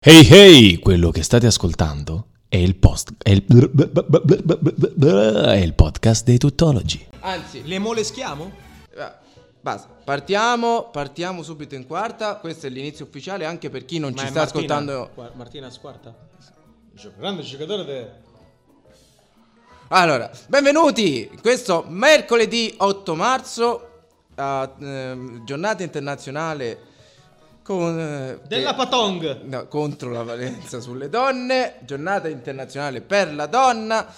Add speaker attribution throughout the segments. Speaker 1: Hey hey, quello che state ascoltando è il, post, è il, è il podcast dei tuttologi.
Speaker 2: Anzi,
Speaker 3: Le moleschiamo?
Speaker 2: eh, basta. Partiamo, partiamo subito in quarta. Questo è l'inizio ufficiale anche per chi non ci sta ascoltando.
Speaker 3: Martina Squarta. Grande giocatore de...
Speaker 2: Allora, benvenuti! Questo mercoledì 8 marzo, a, ehm, giornata internazionale con, eh,
Speaker 3: della
Speaker 2: che-
Speaker 3: Patong.
Speaker 2: no, contro la violenza sulle donne, giornata internazionale per la donna.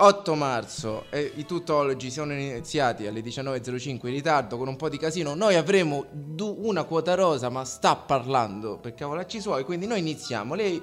Speaker 2: 8 marzo e i tutologi sono iniziati alle 19.05 in ritardo con un po' di casino. Noi avremo du- una quota rosa, ma sta parlando per cavolacci suoi, quindi noi iniziamo. Lei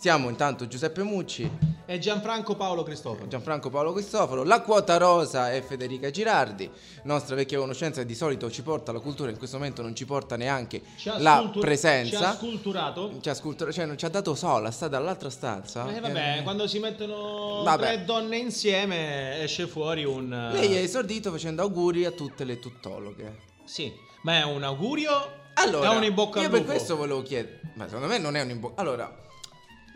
Speaker 2: siamo intanto Giuseppe Mucci,
Speaker 3: E Gianfranco Paolo Cristoforo.
Speaker 2: Gianfranco Paolo Cristoforo, la quota rosa è Federica Girardi, nostra vecchia conoscenza che di solito ci porta la cultura, in questo momento non ci porta neanche
Speaker 3: Ci ha
Speaker 2: la
Speaker 3: scultu- Ci ha
Speaker 2: presenza
Speaker 3: sculturato.
Speaker 2: ci ha scultura- cioè non ci ha dato sola, sta dall'altra stanza.
Speaker 3: Eh, vabbè,
Speaker 2: Eh,
Speaker 3: quando si mettono
Speaker 2: Vabbè.
Speaker 3: tre donne insieme esce fuori un... eh,
Speaker 2: Lei è esordito facendo auguri a tutte le tuttologhe.
Speaker 3: Sì, ma è un augurio
Speaker 2: Allora,
Speaker 3: e un in bocca al
Speaker 2: io
Speaker 3: lupo.
Speaker 2: per questo volevo chiedere, ma secondo me non è un in bocca. Allora,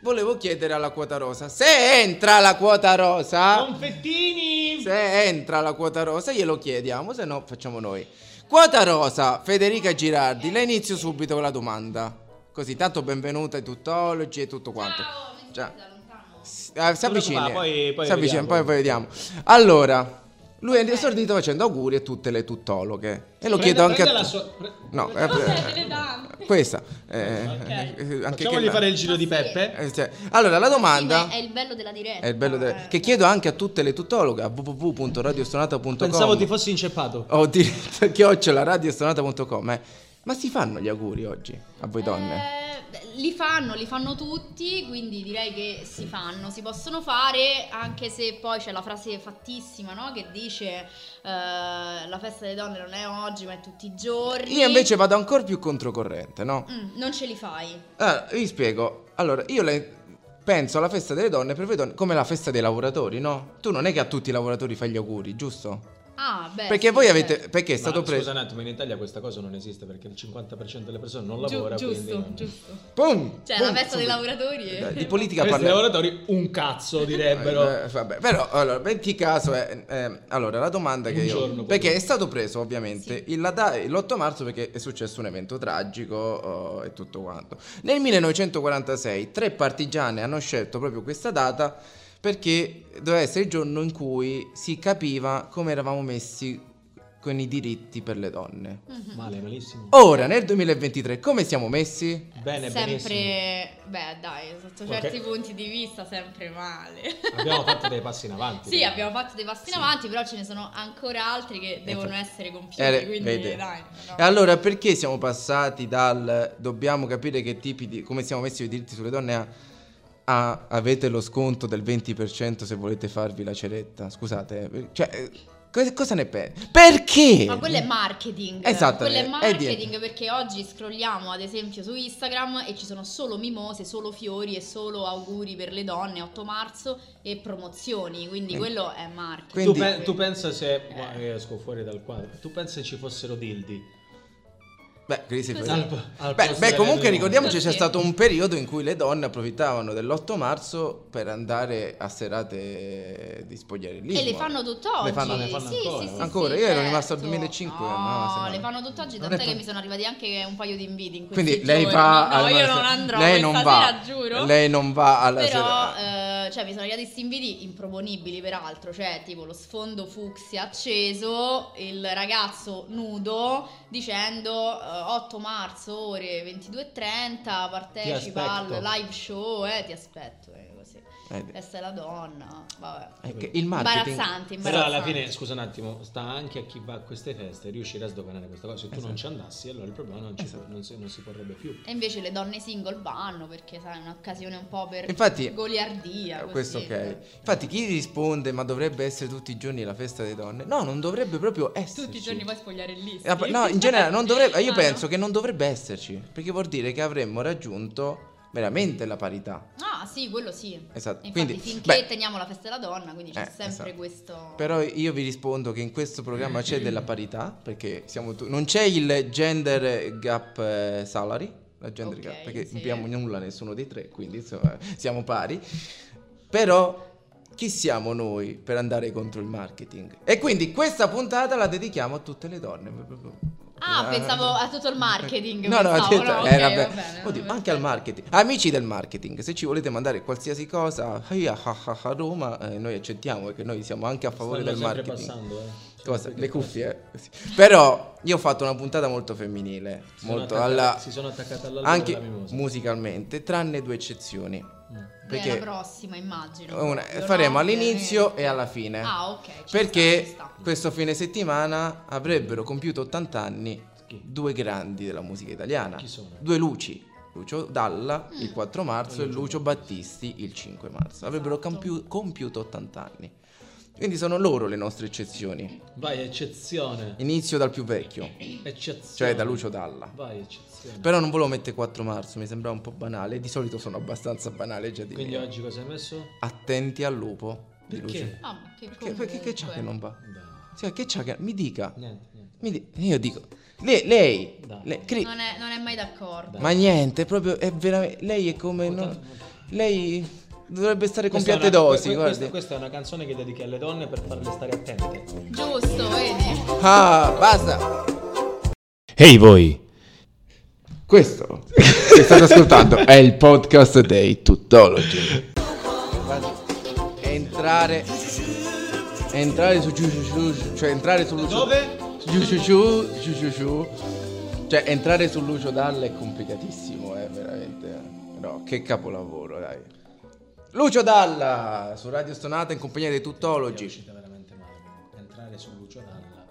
Speaker 2: volevo chiedere alla quota rosa se entra la quota
Speaker 3: Ah.
Speaker 2: rosa.
Speaker 3: Confettini!
Speaker 2: Se entra la quota rosa glielo chiediamo, se no facciamo noi. Quota rosa, Federica Girardi, le inizio subito con la domanda. Così tanto benvenuta ai tuttologi e tutto quanto.
Speaker 4: Ciao, mi
Speaker 2: Ciao.
Speaker 4: senti da lontano.
Speaker 2: S- eh, si avvicina.
Speaker 3: preoccupare, poi- poi
Speaker 2: si avvicina,
Speaker 3: vediamo.
Speaker 2: poi, poi vediamo. Allora, lui è esordito facendo auguri a tutte le tuttologhe. E lo
Speaker 3: Prende-
Speaker 2: chiedo anche a
Speaker 3: prende la
Speaker 2: tu-
Speaker 3: sua- pre-
Speaker 2: No, eh,
Speaker 4: Cos'è?
Speaker 2: eh,
Speaker 4: Delle dame?
Speaker 2: questa. eh,
Speaker 3: Ok.
Speaker 2: eh, eh, anche
Speaker 3: Facciamogli
Speaker 2: che-
Speaker 3: fare il giro di
Speaker 4: Ma sì.
Speaker 3: Peppe.
Speaker 2: eh, cioè, allora, la domanda...
Speaker 4: Sì, ma è il bello della diretta.
Speaker 2: È il bello del-
Speaker 4: eh.
Speaker 2: che chiedo anche a tutte le tuttologhe a www.radiostonata.com
Speaker 3: Pensavo ti fossi inceppato.
Speaker 2: o diretta Oh, chiocciola radiostonata.com eh. ma si fanno gli auguri oggi a voi donne
Speaker 4: Eh, beh, li fanno, li fanno tutti, quindi direi che si fanno, si possono fare, anche se poi c'è la frase fattissima, no? Che dice eh, la festa delle donne non è oggi, ma è tutti i giorni.
Speaker 2: io invece vado ancora più controcorrente no?
Speaker 4: Mm, non ce li fai.
Speaker 2: Allora, Ah, vi spiego. Allora, io le- penso alla festa delle donne per voi donne come la festa dei lavoratori, no? Tu non è che a tutti i lavoratori fai gli auguri, giusto?
Speaker 4: Ah, beh.
Speaker 2: perché
Speaker 4: sì,
Speaker 2: voi
Speaker 4: certo.
Speaker 2: avete. Perché è
Speaker 3: Ma,
Speaker 2: stato preso.
Speaker 3: Scusa un attimo, in Italia questa cosa non esiste perché il 50% delle persone non
Speaker 4: Giu-
Speaker 3: lavora. quindi
Speaker 4: giusto,
Speaker 3: non-
Speaker 4: giusto.
Speaker 2: Pum!
Speaker 4: Cioè,
Speaker 2: Pum!
Speaker 4: la festa
Speaker 2: Subito.
Speaker 4: dei lavoratori eh. è-
Speaker 2: Dai, Di politica
Speaker 3: Questi
Speaker 2: parliamo.
Speaker 3: lavoratori un cazzo direbbero.
Speaker 2: Eh, vabbè, però allora, metti caso è, eh, allora la domanda che
Speaker 3: Un
Speaker 2: io
Speaker 3: giorno,
Speaker 2: perché
Speaker 3: poi.
Speaker 2: è stato preso ovviamente il- la da- l'8 marzo perché è successo un evento tragico oh, e tutto quanto. Nel 1946 tre partigiane hanno scelto proprio questa data perché doveva essere il giorno in cui si capiva come eravamo messi con i diritti per le donne.
Speaker 4: Mhm.
Speaker 3: Male, malissimo.
Speaker 2: Ora nel 2023 come siamo messi?
Speaker 3: Bene, benissimo.
Speaker 4: sempre, beh, dai, sotto
Speaker 3: Ok.
Speaker 4: certi punti di vista, sempre male.
Speaker 3: Abbiamo fatto dei passi in avanti.
Speaker 4: Sì, abbiamo fatto dei passi in avanti, però ce ne sono ancora altri che devono
Speaker 2: infatti.
Speaker 4: essere compiuti.
Speaker 2: Eh,
Speaker 4: quindi,
Speaker 2: vedi.
Speaker 4: dai, no.
Speaker 2: E allora perché siamo passati dal dobbiamo capire che tipi di come siamo messi i diritti sulle donne a, a avete lo sconto del 20% se volete farvi la ceretta? Scusate, eh, per- cioè eh, co- cosa ne pensi? Perché?
Speaker 4: Ma quello è marketing.
Speaker 2: Esatto,
Speaker 4: Quello
Speaker 2: è-
Speaker 4: è
Speaker 2: è
Speaker 4: marketing
Speaker 2: dietro.
Speaker 4: perché oggi scrolliamo ad esempio su Instagram e ci sono solo mimose, solo fiori e solo auguri per le donne 8 marzo e promozioni. Quindi
Speaker 2: Eh.
Speaker 4: quello è marketing.
Speaker 2: Quindi-
Speaker 3: Tu, pe- tu pensa se. Guarda, io esco fuori dal quadro. Tu pensa se ci fossero dildi.
Speaker 2: Beh, quindi si-
Speaker 4: Cos'è?
Speaker 3: Al- al
Speaker 2: Beh, beh,
Speaker 3: posto delle
Speaker 2: comunque
Speaker 3: donne.
Speaker 2: ricordiamoci c'è
Speaker 4: Sì.
Speaker 2: stato un periodo in cui le donne approfittavano dell'8 marzo per andare a serate di spogliarellismo.
Speaker 4: E le fanno tutt'oggi.
Speaker 2: Le fanno- le
Speaker 3: fanno
Speaker 4: sì,
Speaker 3: ancora.
Speaker 4: Sì, sì,
Speaker 2: Ancora?
Speaker 4: sì,
Speaker 2: Io ero
Speaker 4: certo.
Speaker 2: rimasto al 2005,
Speaker 4: No,
Speaker 2: ma sembra-
Speaker 4: le fanno tutt'oggi,
Speaker 2: Non è
Speaker 4: tant'è che
Speaker 2: po-
Speaker 4: mi sono arrivati anche un paio di inviti in questi
Speaker 2: Quindi lei
Speaker 4: giorni.
Speaker 2: va
Speaker 4: No,
Speaker 2: alla-
Speaker 4: io non andrò
Speaker 2: lei
Speaker 4: questa
Speaker 2: non va,
Speaker 4: sera, giuro.
Speaker 2: Lei non va alla
Speaker 4: Però,
Speaker 2: sera.
Speaker 4: eh, cioè, mi sono arrivati questi inviti improponibili, peraltro. Cioè, tipo lo sfondo fucsia acceso, il ragazzo nudo dicendo eh, 8 marzo, ore 22.30,
Speaker 3: Ti
Speaker 4: partecipa al
Speaker 3: aspetto.
Speaker 4: live show, eh, ti aspetto, eh, così.
Speaker 2: Eh,
Speaker 4: Questa è la donna, vabbè.
Speaker 2: Eh, che il marketing
Speaker 4: Imbarazzante,
Speaker 3: Però
Speaker 4: imbarazzante.
Speaker 3: alla fine, scusa un attimo, sta anche a chi va a queste feste riuscire a sdoganare questa cosa. Se tu
Speaker 2: Esatto.
Speaker 3: non ci andassi, allora il problema non, ci- non si, non si porrebbe più.
Speaker 4: E invece le donne single vanno perché, sai, è un'occasione un po' per
Speaker 2: Infatti-
Speaker 4: goliardia.
Speaker 2: Eh,
Speaker 4: così.
Speaker 2: questo ok. Infatti chi risponde ma dovrebbe essere tutti i giorni la festa delle donne? No, non dovrebbe proprio esserci.
Speaker 4: Tutti i giorni puoi spogliare lì.
Speaker 2: Eh, No, in generale non dovrebbe, io
Speaker 4: Ah,
Speaker 2: penso
Speaker 4: no.
Speaker 2: che non dovrebbe esserci, perché vuol dire che avremmo raggiunto veramente la parità.
Speaker 4: Ah, sì, quello sì.
Speaker 2: Esatto.
Speaker 4: Infatti,
Speaker 2: Quindi,
Speaker 4: finché
Speaker 2: beh,
Speaker 4: teniamo la festa della donna, quindi c'è
Speaker 2: Eh,
Speaker 4: sempre
Speaker 2: esatto.
Speaker 4: questo.
Speaker 2: Però io vi rispondo che in questo programma c'è della parità, perché siamo tu- non c'è il gender gap eh, salary, la gente
Speaker 4: Ok,
Speaker 2: ricade, perché
Speaker 4: sì.
Speaker 2: non abbiamo nulla nessuno dei tre, quindi insomma, siamo pari. Però chi siamo noi per andare contro il marketing? E quindi questa puntata la dedichiamo a tutte le donne.
Speaker 4: Ah, pensavo a tutto il marketing,
Speaker 2: No, no,
Speaker 4: pensavo,
Speaker 2: detto-
Speaker 4: no,
Speaker 2: eh,
Speaker 4: ok,
Speaker 2: vabbè.
Speaker 4: va bene,
Speaker 2: Oddio,
Speaker 4: va
Speaker 2: anche al
Speaker 4: bene.
Speaker 2: marketing. Amici del marketing, se ci volete mandare qualsiasi cosa ah, ah, ah, ah, a Roma, eh, noi accettiamo perché noi siamo anche a favore
Speaker 3: Stanno
Speaker 2: del
Speaker 3: sempre
Speaker 2: marketing.
Speaker 3: passando, eh.
Speaker 2: Cosa?
Speaker 3: Sempre
Speaker 2: Le
Speaker 3: che-
Speaker 2: cuffie? eh? Sì. Però io ho fatto una puntata molto femminile,
Speaker 3: Si sono
Speaker 2: molto
Speaker 3: attaccate-
Speaker 2: alla,
Speaker 3: Si sono attaccate all'albero
Speaker 2: anche
Speaker 3: della mimosa. Mm.
Speaker 2: musicalmente, tranne due eccezioni.
Speaker 4: Beh,
Speaker 2: Perché
Speaker 4: la prossima, immagino.
Speaker 2: una-
Speaker 4: proprio,
Speaker 2: faremo
Speaker 4: no?
Speaker 2: all'inizio
Speaker 4: Ovviamente.
Speaker 2: e alla fine.
Speaker 4: Ah, ok. ci sta,
Speaker 2: perché
Speaker 4: ci sta.
Speaker 2: questo fine settimana avrebbero compiuto 80 anni
Speaker 3: Chi?
Speaker 2: due grandi della musica italiana.
Speaker 3: Chi sono?
Speaker 2: Due luci. Lucio Dalla
Speaker 4: Mm.
Speaker 2: il 4 marzo e
Speaker 3: Lucio
Speaker 2: Lucio Battisti il 5 marzo. Avrebbero
Speaker 4: Esatto.
Speaker 2: campiu- compiuto 80 anni. Quindi sono loro le nostre eccezioni.
Speaker 3: Vai, eccezione.
Speaker 2: Inizio dal più vecchio,
Speaker 3: Eccezione.
Speaker 2: cioè da Lucio Dalla.
Speaker 3: Vai, eccezione.
Speaker 2: Però non volevo mettere 4 marzo, mi sembrava un po' banale. Di solito sono abbastanza banale già di
Speaker 3: Quindi
Speaker 2: mio.
Speaker 3: oggi cosa hai messo?
Speaker 2: Attenti al lupo di
Speaker 3: Perché?
Speaker 2: Lucio.
Speaker 4: Ah, ma che
Speaker 2: Che, perché che c'ha che non va?
Speaker 3: Beh,
Speaker 2: Cioè, che c'ha che... Mi dica.
Speaker 3: niente, niente.
Speaker 2: Mi di- Io dico... Lei... lei,
Speaker 3: Dai.
Speaker 2: lei- Cri-
Speaker 4: Non è, non è mai d'accordo.
Speaker 2: Ma niente, proprio... È veramente... Lei è come... no- Lei... Dovrebbe stare con
Speaker 3: Questa è
Speaker 2: piatte
Speaker 3: una-
Speaker 2: dosi,
Speaker 3: que- que-
Speaker 2: guardi.
Speaker 3: Questa, questa è una canzone che dedichi alle donne per farle stare attente.
Speaker 4: Giusto, vedi?
Speaker 2: Ah, basta!
Speaker 1: Ehi voi!
Speaker 2: Questo che state ascoltando è il podcast dei Tutology. Entrare... Entrare su... giù, giù, giù, Cioè, entrare su...
Speaker 3: Dove?
Speaker 2: Giù, giù, giù, giù, giù, giù. Cioè, entrare su Lucio Dalla è complicatissimo, eh, veramente. No, che capolavoro, dai. Lucio Dalla su Radio Stonata in compagnia dei
Speaker 3: È
Speaker 2: tuttologi.
Speaker 3: uscita veramente male. comunque. Entrare su Lucio Dalla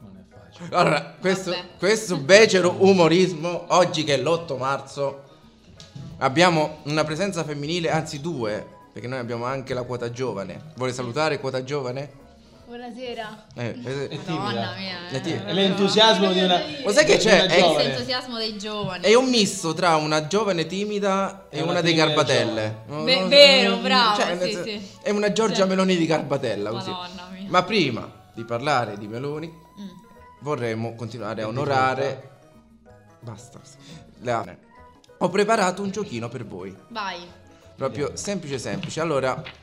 Speaker 3: non è facile.
Speaker 2: Allora, questo,
Speaker 4: Vabbè.
Speaker 2: questo becero umorismo, oggi che è l'8 marzo, abbiamo una presenza femminile, anzi due, perché noi abbiamo anche la quota giovane. Vuole salutare quota giovane?
Speaker 4: Buonasera.
Speaker 2: Eh, eh,
Speaker 3: È timida.
Speaker 4: Madonna mia.
Speaker 2: È timida.
Speaker 4: eh.
Speaker 3: È l'entusiasmo di una-
Speaker 2: Ma sai che
Speaker 3: di
Speaker 2: c'è? Eh,
Speaker 3: una
Speaker 2: È-
Speaker 4: Questo
Speaker 3: giovane.
Speaker 4: entusiasmo dei giovani.
Speaker 2: È un misto tra una giovane timida e
Speaker 3: È
Speaker 2: una,
Speaker 3: una
Speaker 2: dei
Speaker 3: timida
Speaker 2: Garbatelle.
Speaker 4: giovane.
Speaker 2: No,
Speaker 4: Ve-
Speaker 2: no,
Speaker 4: vero,
Speaker 2: mm,
Speaker 4: bravo,
Speaker 2: cioè, nel
Speaker 4: sì,
Speaker 2: sen-
Speaker 4: sì.
Speaker 2: È una Giorgia
Speaker 4: Cioè-
Speaker 2: Meloni di Garbatella. Così.
Speaker 4: Madonna mia.
Speaker 2: Ma prima di parlare di Meloni,
Speaker 4: Mm.
Speaker 2: vorremmo continuare a
Speaker 3: Quindi
Speaker 2: onorare. Basta. La- Ho preparato un giochino per voi.
Speaker 4: Vai.
Speaker 2: Proprio semplice, semplice. Allora,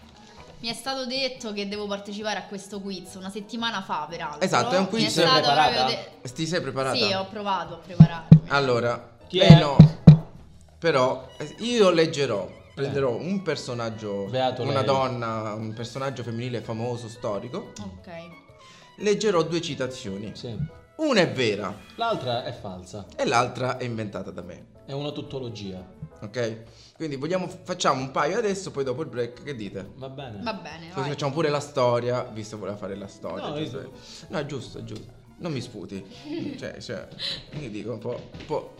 Speaker 4: Mi è stato detto che devo partecipare a questo quiz una settimana fa, peraltro.
Speaker 2: Esatto, è un quiz.
Speaker 4: Mi è
Speaker 2: Sei
Speaker 4: stato
Speaker 3: preparata?
Speaker 4: proprio de-
Speaker 2: ti sei preparata?
Speaker 4: Sì, ho provato a prepararmi.
Speaker 2: Allora,
Speaker 3: Chi
Speaker 2: lei
Speaker 3: è?
Speaker 2: no. Però eh, io leggerò, prenderò un personaggio,
Speaker 3: Eh. Beato
Speaker 2: una
Speaker 3: lei.
Speaker 2: donna, un personaggio femminile famoso, storico.
Speaker 4: Ok.
Speaker 2: Leggerò due citazioni.
Speaker 3: Sì.
Speaker 2: Una è vera
Speaker 3: L'altra è falsa.
Speaker 2: e l'altra è inventata da me.
Speaker 3: È una tuttologia.
Speaker 2: Ok? Quindi vogliamo, facciamo un paio adesso, poi dopo il break, che dite?
Speaker 3: Va bene.
Speaker 4: Va bene,
Speaker 2: Così
Speaker 4: vai.
Speaker 2: facciamo pure la storia, visto che voleva fare la storia.
Speaker 3: No,
Speaker 2: giusto?
Speaker 3: io-
Speaker 2: No, è giusto, è giusto. Non mi sputi. cioè, cioè, io dico un po', un po',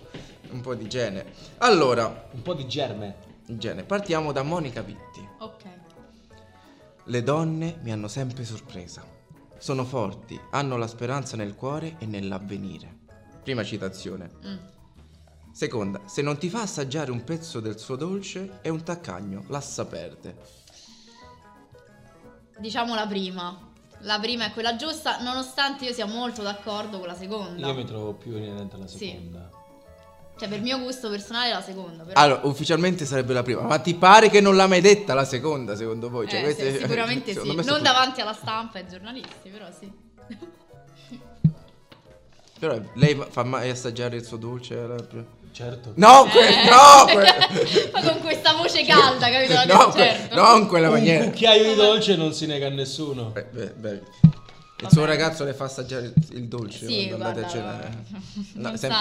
Speaker 2: un po' di igiene. Allora,
Speaker 3: Un po' di germe.
Speaker 2: igiene, partiamo da Monica Vitti.
Speaker 4: Ok.
Speaker 2: Le donne mi hanno sempre sorpresa. Sono forti, hanno la speranza nel cuore e nell'avvenire. Prima citazione.
Speaker 4: Mm.
Speaker 2: Seconda, se non ti fa assaggiare un pezzo del suo dolce, è un taccagno, l'assa perde.
Speaker 4: Diciamo la prima. La prima è quella giusta, nonostante io sia molto d'accordo con la seconda.
Speaker 3: Io mi trovo più inerente alla
Speaker 4: Sì.
Speaker 3: seconda.
Speaker 4: Cioè, per mio gusto personale è la seconda. Però...
Speaker 2: Allora, ufficialmente sarebbe la prima, ma ti pare che non l'ha mai detta la seconda, secondo voi? Cioè,
Speaker 4: Eh,
Speaker 2: questa
Speaker 4: sì,
Speaker 2: è-
Speaker 4: sicuramente sì.
Speaker 2: secondo me
Speaker 4: Non
Speaker 2: sono-
Speaker 4: davanti alla stampa e ai giornalisti, però sì.
Speaker 2: Però lei va- fa mai assaggiare il suo dolce? alla prima?
Speaker 3: Certo.
Speaker 2: No, que-
Speaker 4: Eh.
Speaker 2: no, que-
Speaker 4: Ma con questa voce calda, capito? La
Speaker 2: no,
Speaker 4: dico,
Speaker 2: que-
Speaker 4: certo.
Speaker 2: non in quella
Speaker 3: Un
Speaker 2: maniera.
Speaker 3: cucchiaio di dolce non si nega a nessuno.
Speaker 2: Beh, beh, beh. Il
Speaker 4: Vabbè.
Speaker 2: suo ragazzo le fa assaggiare il- il dolce
Speaker 4: Sì,
Speaker 2: quando andate a
Speaker 4: guarda,
Speaker 2: cena. eh.
Speaker 4: no,
Speaker 2: No,
Speaker 4: non
Speaker 2: sempre-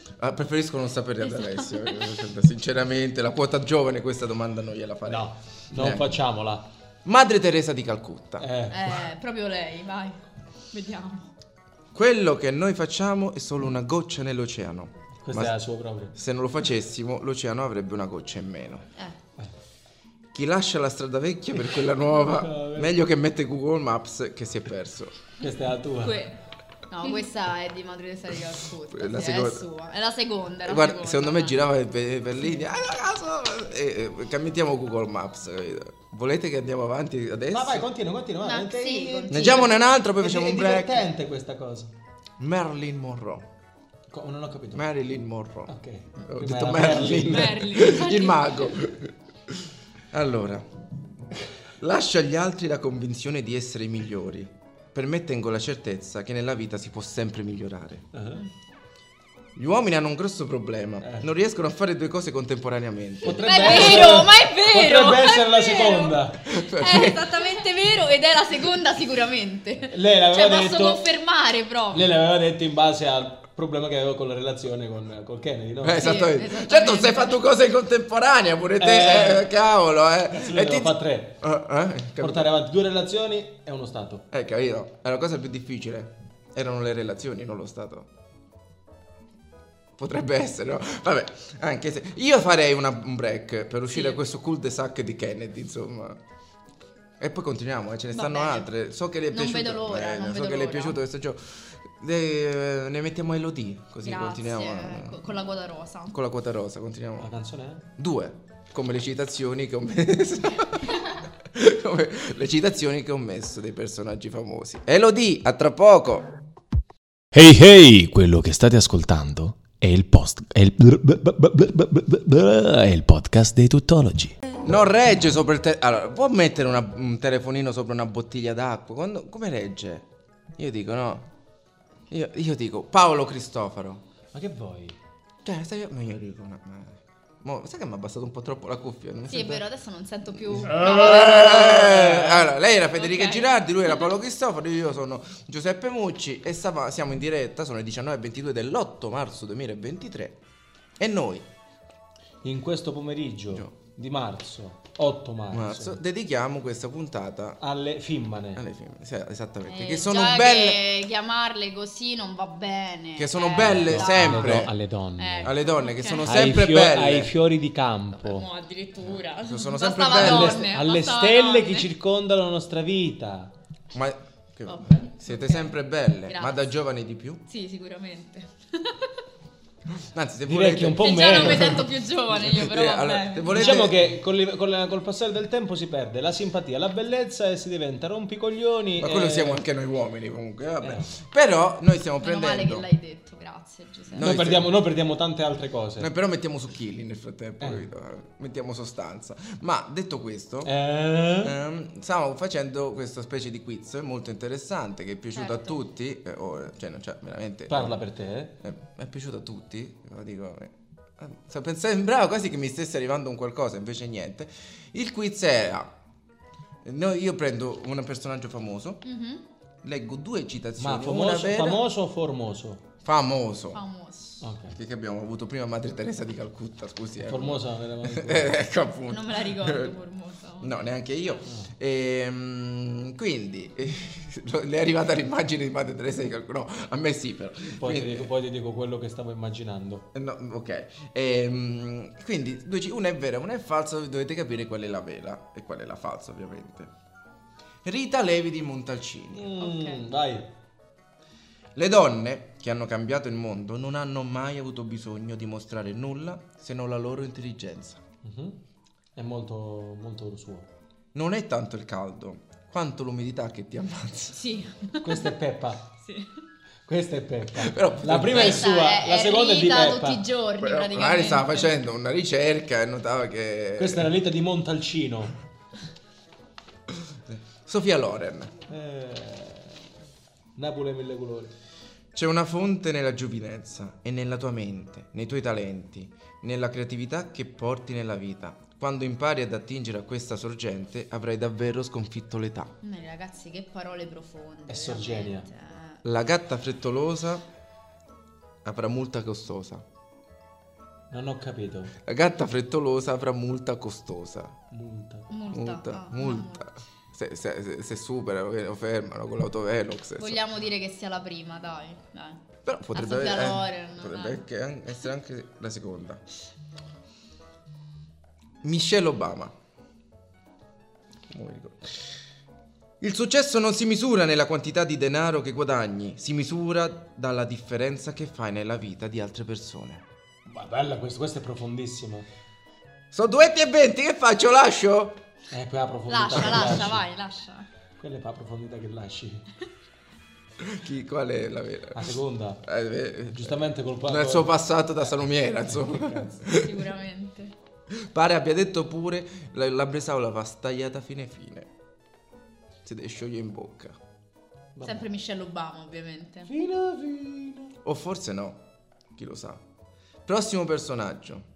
Speaker 4: sai.
Speaker 2: Ah, preferisco non sapere ad Alessio. eh, Sinceramente, la quota giovane questa domanda non gliela farei.
Speaker 3: No, non
Speaker 2: Eh.
Speaker 3: facciamola.
Speaker 2: Madre Teresa di Calcutta.
Speaker 3: Eh.
Speaker 4: Eh, proprio lei, vai. Vediamo.
Speaker 2: Quello che noi facciamo è solo una goccia nell'oceano.
Speaker 3: Questa
Speaker 2: Ma
Speaker 3: è la sua propria.
Speaker 2: se non lo facessimo, l'oceano avrebbe una goccia in meno.
Speaker 4: Eh.
Speaker 2: Chi lascia la strada vecchia per quella nuova, meglio che mette Google Maps che si è perso.
Speaker 3: Questa è la tua.
Speaker 4: Que- no, questa è di Madrid Teresa di Calcutta.
Speaker 2: La
Speaker 4: sì,
Speaker 2: seconda.
Speaker 4: È sua. È la seconda. è la
Speaker 2: Guarda,
Speaker 4: seconda,
Speaker 2: secondo me
Speaker 4: eh.
Speaker 2: girava per, per lì. "Ah, ragazzo!" E, e, cambiamo Google Maps. capito? Volete che andiamo avanti adesso?
Speaker 3: Ma vai, continua, continua. vai,
Speaker 4: No,
Speaker 3: non te-
Speaker 4: sì,
Speaker 3: è-
Speaker 4: continua.
Speaker 2: Leggiamone un altro,
Speaker 3: è-
Speaker 2: poi facciamo
Speaker 3: è
Speaker 2: un break.
Speaker 3: divertente questa cosa.
Speaker 2: Marilyn Monroe.
Speaker 3: Co- non ho capito.
Speaker 2: Marilyn Monroe.
Speaker 3: Ok.
Speaker 2: Ho
Speaker 3: Prima
Speaker 2: detto
Speaker 3: era
Speaker 2: Merlin.
Speaker 4: Merlin.
Speaker 2: Il mago. Allora, lascia agli altri la convinzione di essere i migliori, permettengo la certezza che nella vita si può sempre migliorare.
Speaker 3: Ah.
Speaker 2: Gli uomini hanno un grosso problema,
Speaker 3: Eh.
Speaker 2: non riescono a fare due cose contemporaneamente.
Speaker 4: Ma è vero, ma è vero!
Speaker 3: Potrebbe
Speaker 4: è
Speaker 3: essere la
Speaker 4: vero.
Speaker 3: seconda.
Speaker 2: Cioè,
Speaker 4: È
Speaker 2: Eh,
Speaker 4: esattamente vero ed è la seconda sicuramente.
Speaker 3: Lei l'aveva
Speaker 4: cioè, posso
Speaker 3: detto-
Speaker 4: confermare proprio.
Speaker 3: Lei l'aveva detto in base al problema che avevo con la relazione con col Kennedy, no?
Speaker 2: Eh,
Speaker 4: Sì,
Speaker 2: esattamente.
Speaker 4: esattamente.
Speaker 2: Certo, se hai fatto cose in contemporanea pure te,
Speaker 3: Eh.
Speaker 2: eh, cavolo, eh.
Speaker 3: Cazzo, lei ne fa tre.
Speaker 2: Eh, eh, capito?
Speaker 3: Portare avanti due relazioni e uno stato.
Speaker 2: Eh, capito? È la cosa più difficile. Erano le relazioni, non lo Stato. Potrebbe essere, no? Vabbè, anche se... Io farei una- un break per uscire
Speaker 4: Sì.
Speaker 2: da questo cul-de-sac di Kennedy, insomma. E poi continuiamo, eh, ce ne
Speaker 4: Va
Speaker 2: stanno
Speaker 4: bene.
Speaker 2: altre. So che le è
Speaker 4: Non
Speaker 2: piaciuto.
Speaker 4: vedo l'ora,
Speaker 2: eh,
Speaker 4: non
Speaker 2: so
Speaker 4: vedo
Speaker 2: che le è
Speaker 4: l'ora.
Speaker 2: piaciuto questo gioco. Eh, ne mettiamo Elodie, così
Speaker 4: Grazie, eh,
Speaker 2: continuiamo. eh.
Speaker 4: co- con la coda rosa.
Speaker 2: Con la quota rosa, continuiamo.
Speaker 3: La canzone
Speaker 2: Due, come le citazioni che ho messo. come le citazioni che ho messo dei personaggi famosi. Elodie, a tra poco.
Speaker 1: Hey hey, quello che state ascoltando è il post è il, è il podcast dei tuttologi.
Speaker 2: Non regge sopra il telefono. Allora, può mettere una- un telefonino sopra una bottiglia d'acqua? Quando- come regge? Io dico no. Io, io dico Paolo Cristofaro.
Speaker 3: è? Ma che vuoi?
Speaker 2: Cioè, sai, io, ma io dico no. ma- mo, sai che mi ha abbassato un po' troppo la cuffia? Non mi
Speaker 4: Sì, è
Speaker 2: sento-
Speaker 4: vero, adesso non sento più.
Speaker 2: Eh, Allora, lei era Federica
Speaker 4: Ok.
Speaker 2: Girardi, lui era Paolo Cristoforo, io sono Giuseppe Mucci e stava- siamo in diretta, sono le 19.22 dell'8 marzo 2023 e noi,
Speaker 3: In questo pomeriggio
Speaker 2: Gio.
Speaker 3: di marzo, 8
Speaker 4: Ah,
Speaker 3: marzo,
Speaker 2: marzo, dedichiamo questa puntata
Speaker 3: alle fimmane.
Speaker 2: alle femmine, sì, esattamente,
Speaker 4: Eh,
Speaker 2: che sono
Speaker 4: già
Speaker 2: belle,
Speaker 4: che chiamarle così non va bene.
Speaker 2: Che sono
Speaker 4: Eh,
Speaker 2: belle
Speaker 4: dai.
Speaker 2: sempre.
Speaker 5: Alle, do- alle donne.
Speaker 4: Eh.
Speaker 2: alle donne che
Speaker 4: Ok.
Speaker 2: sono
Speaker 4: Ai
Speaker 5: Ai
Speaker 2: sempre
Speaker 5: fio- Ai
Speaker 2: belle,
Speaker 5: fiori di campo.
Speaker 4: No, Eh, addirittura.
Speaker 2: Sono sempre
Speaker 4: Bastava
Speaker 2: belle.
Speaker 4: donne,
Speaker 3: Alle,
Speaker 2: Alle-
Speaker 3: alle
Speaker 4: bastava
Speaker 3: stelle
Speaker 4: donne.
Speaker 3: che circondano la nostra vita.
Speaker 2: ma che-
Speaker 4: Vabbè,
Speaker 2: siete
Speaker 4: ok.
Speaker 2: sempre belle, ma
Speaker 4: Grazie.
Speaker 2: da giovani di più,
Speaker 4: Sì, sicuramente.
Speaker 2: anzi se
Speaker 3: Direi
Speaker 2: volete...
Speaker 3: che un po'
Speaker 4: Che già non mi
Speaker 3: meno.
Speaker 4: sento più giovane io, però
Speaker 2: Eh,
Speaker 4: vabbè.
Speaker 2: allora, se volete-
Speaker 3: Diciamo che col, con la- col passare del tempo si perde la simpatia, la bellezza e si diventa rompicoglioni.
Speaker 2: Ma
Speaker 4: eh.
Speaker 2: quello
Speaker 3: e-
Speaker 2: siamo anche noi uomini comunque, vabbè.
Speaker 3: Eh.
Speaker 2: Però noi stiamo
Speaker 4: Meno male
Speaker 2: prendendo...
Speaker 4: che l'hai detto, grazie Giuseppe.
Speaker 3: Noi,
Speaker 2: Noi
Speaker 3: perdiamo,
Speaker 2: siamo-
Speaker 3: noi perdiamo tante altre cose.
Speaker 2: Noi però mettiamo succhini nel frattempo,
Speaker 3: Eh.
Speaker 2: capito? mettiamo sostanza. Ma detto questo,
Speaker 3: Eh,
Speaker 2: ehm, stiamo facendo questa specie di quiz molto interessante che è piaciuto a
Speaker 4: Certo.
Speaker 2: tutti, eh, oh, cioè non c'è veramente...
Speaker 3: Parla per te.
Speaker 2: Eh, è piaciuto a tutti, lo dico... eh. Ah, se- pens- Sembrava quasi che mi stesse arrivando un qualcosa, invece niente. Il quiz era... noi- io prendo un personaggio famoso,
Speaker 4: Mhm,
Speaker 2: leggo due citazioni, una
Speaker 3: Ma famoso,
Speaker 2: vera...
Speaker 3: famoso o formoso?
Speaker 2: famoso.
Speaker 4: Famoso.
Speaker 3: Ok.
Speaker 2: Perché abbiamo avuto prima Madre Teresa di Calcutta, scusi. eh.
Speaker 3: Formosa non era mai
Speaker 2: Eh, ecco appunto.
Speaker 4: Non me la ricordo, Formosa.
Speaker 2: Eh, No, neanche io. Ehm, quindi eh, le è arrivata l'immagine di Madre Teresa di Calcutta. No, a me sì, però.
Speaker 3: Poi ti,
Speaker 2: Quindi-
Speaker 3: dico, poi ti dico quello che stavo immaginando.
Speaker 2: eh, no, ok. Ehm, quindi due ci- una è vera, una è falsa. Dovete capire qual è la vera e qual è la falsa, ovviamente. Rita Levi di Montalcini.
Speaker 3: Mm,
Speaker 4: Ok.
Speaker 3: Dai.
Speaker 2: Le donne che hanno cambiato il mondo non hanno mai avuto bisogno di mostrare nulla se non la loro intelligenza.
Speaker 3: Mhm. È molto, molto suo.
Speaker 2: Non è tanto il caldo quanto l'umidità che ti ammazza.
Speaker 4: Sì,
Speaker 3: Questa è Peppa.
Speaker 4: sì.
Speaker 3: Questa è Peppa.
Speaker 2: Però- eh,
Speaker 3: la prima è
Speaker 4: Questa
Speaker 3: sua, la
Speaker 4: è
Speaker 3: seconda è di
Speaker 4: Rita
Speaker 3: Peppa.
Speaker 4: tutti i giorni
Speaker 2: Però
Speaker 4: praticamente.
Speaker 2: Magari stava facendo una ricerca e notava che.
Speaker 3: Questa è la vita di Montalcino.
Speaker 2: Sofia Loren.
Speaker 3: Eh, Napoli e mille colori.
Speaker 2: C'è una fonte nella giovinezza e nella tua mente, nei tuoi talenti, nella creatività che porti nella vita. Quando impari ad attingere a questa sorgente, avrai davvero sconfitto l'età.
Speaker 4: Noi, Mm, ragazzi, che parole profonde.
Speaker 3: È Sorgenia.
Speaker 4: veramente.
Speaker 2: La gatta frettolosa avrà multa costosa.
Speaker 3: Non ho capito.
Speaker 2: La gatta frettolosa avrà multa costosa.
Speaker 3: Multa.
Speaker 4: Multa.
Speaker 2: Multa,
Speaker 4: ah,
Speaker 2: multa. Se, se- se- se superano, eh, lo fermano con l'autovelox. eh,
Speaker 4: Vogliamo dire che sia la prima, dai. dai.
Speaker 2: Però potrebbe,
Speaker 4: Sofia
Speaker 2: eh,
Speaker 4: Loren,
Speaker 2: potrebbe
Speaker 4: eh.
Speaker 2: anche- an- essere anche la seconda. Michelle Obama. Non mi ricordo. Il successo non si misura nella quantità di denaro che guadagni, si misura dalla differenza che fai nella vita di altre persone.
Speaker 3: Ma bella questa, questa è profondissima.
Speaker 2: Sono duetti e venti, che faccio? Lascio?
Speaker 3: Eh, quella profondità
Speaker 4: Lascia,
Speaker 3: che
Speaker 4: lascia,
Speaker 3: lasci.
Speaker 4: vai, lascia.
Speaker 3: Quella è la profondità che lasci.
Speaker 2: Chi, qual è la vera?
Speaker 3: La seconda.
Speaker 2: Eh, beh,
Speaker 3: Giustamente colpa.
Speaker 2: Nel suo passato da salumiera, insomma.
Speaker 4: sicuramente.
Speaker 2: Pare abbia detto pure la, la bresaola va stagliata fine fine. Si deve sciogliere in bocca.
Speaker 3: Vabbè.
Speaker 4: Sempre Michelle Obama, ovviamente.
Speaker 3: Fino, fino.
Speaker 2: O forse no, chi lo sa. Prossimo personaggio.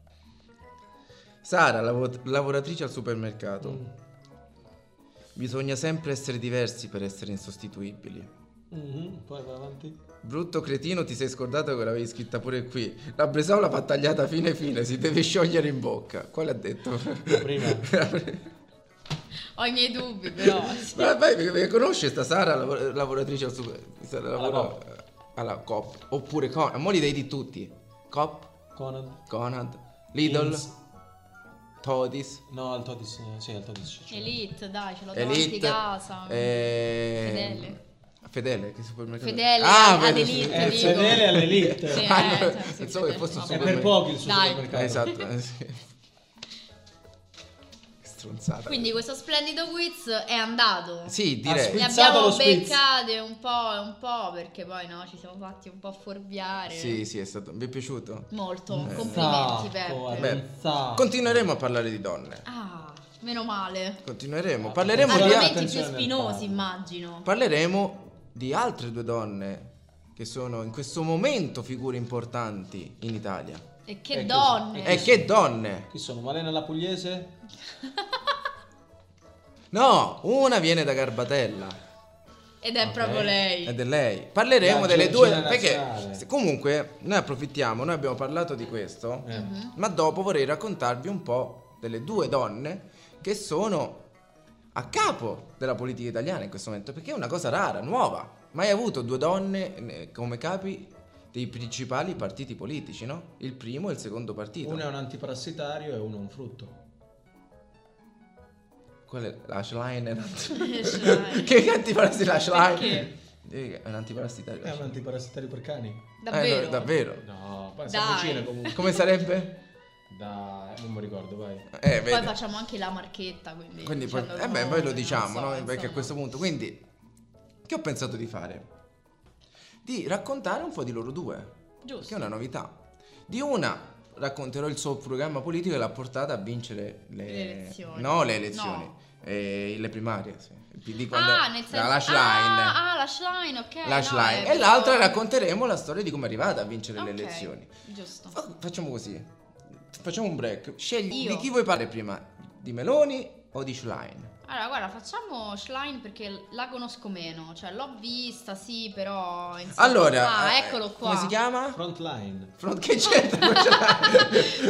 Speaker 2: Sara, lavo- lavoratrice al supermercato. Bisogna sempre essere diversi per essere insostituibili.
Speaker 3: Mhm, Poi vai avanti.
Speaker 2: Brutto cretino, ti sei scordato che l'avevi scritta pure qui. La bresaola va tagliata fine fine, si deve sciogliere in bocca. Quale ha detto?
Speaker 3: La prima.
Speaker 4: Ho i miei dubbi, però. sì.
Speaker 2: Ma vai, perché- perché conosce sta Sara, lav- lavoratrice al super... Sara lavora-
Speaker 3: Coop.
Speaker 2: alla Coop. Oppure Conad. Mo li dai di tutti. Coop,
Speaker 3: Conan.
Speaker 2: Conad, Lidl,
Speaker 3: Inns.
Speaker 2: Todis,
Speaker 3: No, al Todis. eh, Sì, al Todis. c'è.
Speaker 4: Elite, dai, ce l'ho davanti
Speaker 2: Elite.
Speaker 4: casa.
Speaker 2: eh,
Speaker 4: Fedele.
Speaker 2: Fedele, che supermercato?
Speaker 4: Fedele,
Speaker 2: ah,
Speaker 4: ad
Speaker 2: Fedele.
Speaker 4: Elite,
Speaker 3: È
Speaker 4: dico.
Speaker 3: fedele all'elite.
Speaker 4: Sì,
Speaker 2: Ah,
Speaker 4: eh,
Speaker 2: no,
Speaker 4: cioè, sì,
Speaker 2: pensavo che
Speaker 4: Fedele,
Speaker 2: fosse
Speaker 4: no.
Speaker 3: È
Speaker 2: super-
Speaker 3: per pochi il suo
Speaker 4: Dai.
Speaker 2: Eh,
Speaker 3: supermercato.
Speaker 2: esatto, eh, sì. Stronzata.
Speaker 4: Quindi questo splendido quiz è andato.
Speaker 2: sì,
Speaker 3: Ah,
Speaker 2: direi.
Speaker 4: Le
Speaker 3: Spizzato lo
Speaker 4: abbiamo
Speaker 3: spritz.
Speaker 4: beccate un po' e un po' perché poi no, ci siamo fatti un po' fuorviare.
Speaker 2: Sì, sì, è stato. Vi è piaciuto?
Speaker 4: Molto,
Speaker 2: Eh.
Speaker 4: complimenti Peppe.
Speaker 2: Beh, Continueremo a parlare di donne.
Speaker 4: Ah, meno male.
Speaker 2: Continueremo.
Speaker 3: Ah,
Speaker 2: Parleremo di,
Speaker 3: attenzione.
Speaker 2: al-
Speaker 4: Argomenti più
Speaker 3: attenzione al
Speaker 4: spinosi,
Speaker 3: parlo.
Speaker 4: immagino.
Speaker 2: parleremo di altre due donne che sono in questo momento figure importanti in Italia.
Speaker 4: E
Speaker 3: Eh,
Speaker 4: che
Speaker 3: così.
Speaker 4: donne.
Speaker 2: E che donne?
Speaker 3: Chi sono? Malena la Pugliese?
Speaker 2: No, una viene da Garbatella.
Speaker 4: Ed è
Speaker 3: Ok.
Speaker 4: proprio lei.
Speaker 2: Ed è lei. Parleremo
Speaker 3: La
Speaker 2: delle
Speaker 3: Gio-
Speaker 2: due.
Speaker 3: Gina
Speaker 2: Perché
Speaker 3: Nazionale.
Speaker 2: se- comunque noi approfittiamo, noi abbiamo parlato di questo,
Speaker 3: Eh.
Speaker 4: Mhm.
Speaker 2: ma dopo vorrei raccontarvi un po' delle due donne che sono a capo della politica italiana in questo momento, perché è una cosa rara, nuova. Mai avuto due donne eh, come capi dei principali partiti politici, no? Il primo e il secondo partito.
Speaker 3: Uno è un antiparassitario e uno è un frutto.
Speaker 2: Qual è? La Schlein.
Speaker 4: Schlein.
Speaker 2: che antiparassitario? La Schlein.
Speaker 4: Perché?
Speaker 2: Eh, È un antiparassitario.
Speaker 3: È un antiparassitario per cani?
Speaker 4: Davvero?
Speaker 2: Eh, no, davvero.
Speaker 3: No, poi si
Speaker 4: Dai.
Speaker 3: avvicina comunque.
Speaker 2: Come sarebbe?
Speaker 3: Da... non mi ricordo, vai.
Speaker 2: Eh,
Speaker 4: Poi
Speaker 2: vedi.
Speaker 4: facciamo anche la marchetta, quindi.
Speaker 2: Quindi poi,
Speaker 4: dicendo
Speaker 2: eh
Speaker 4: il
Speaker 2: beh, poi lo
Speaker 4: nome,
Speaker 2: diciamo,
Speaker 4: Cioè, non so,
Speaker 2: no? Perché a
Speaker 4: insomma.
Speaker 2: questo punto, quindi, che ho pensato di fare? Di raccontare un po' di loro due, che è
Speaker 4: Giusto.
Speaker 2: una novità. Di una racconterò il suo programma politico e l'ha portata a vincere le,
Speaker 4: Le elezioni.
Speaker 2: No, le elezioni.
Speaker 4: No.
Speaker 2: Eh, le primarie, sì. Il PD quando-
Speaker 4: Ah, nel senso.
Speaker 2: La Lash Line.
Speaker 4: Ah, ah, la Schlein, ok.
Speaker 2: La
Speaker 4: no,
Speaker 2: Lash Line.
Speaker 4: è
Speaker 2: e l'altra
Speaker 4: proprio-
Speaker 2: racconteremo la storia di come è arrivata a vincere
Speaker 4: Ok,
Speaker 2: le elezioni.
Speaker 4: Giusto.
Speaker 2: Fa- Facciamo così. Facciamo un break. Scegli
Speaker 4: Io.
Speaker 2: di chi vuoi parlare prima? Di Meloni o di Schlein?
Speaker 4: Allora, guarda, facciamo Schlein perché la conosco meno, cioè l'ho vista, sì, però insomma-
Speaker 2: Allora,
Speaker 4: Ah,
Speaker 2: eh,
Speaker 4: eccolo qua.
Speaker 2: Come si chiama?
Speaker 3: Frontline.
Speaker 2: Front che c'entra? Non ce l'ha.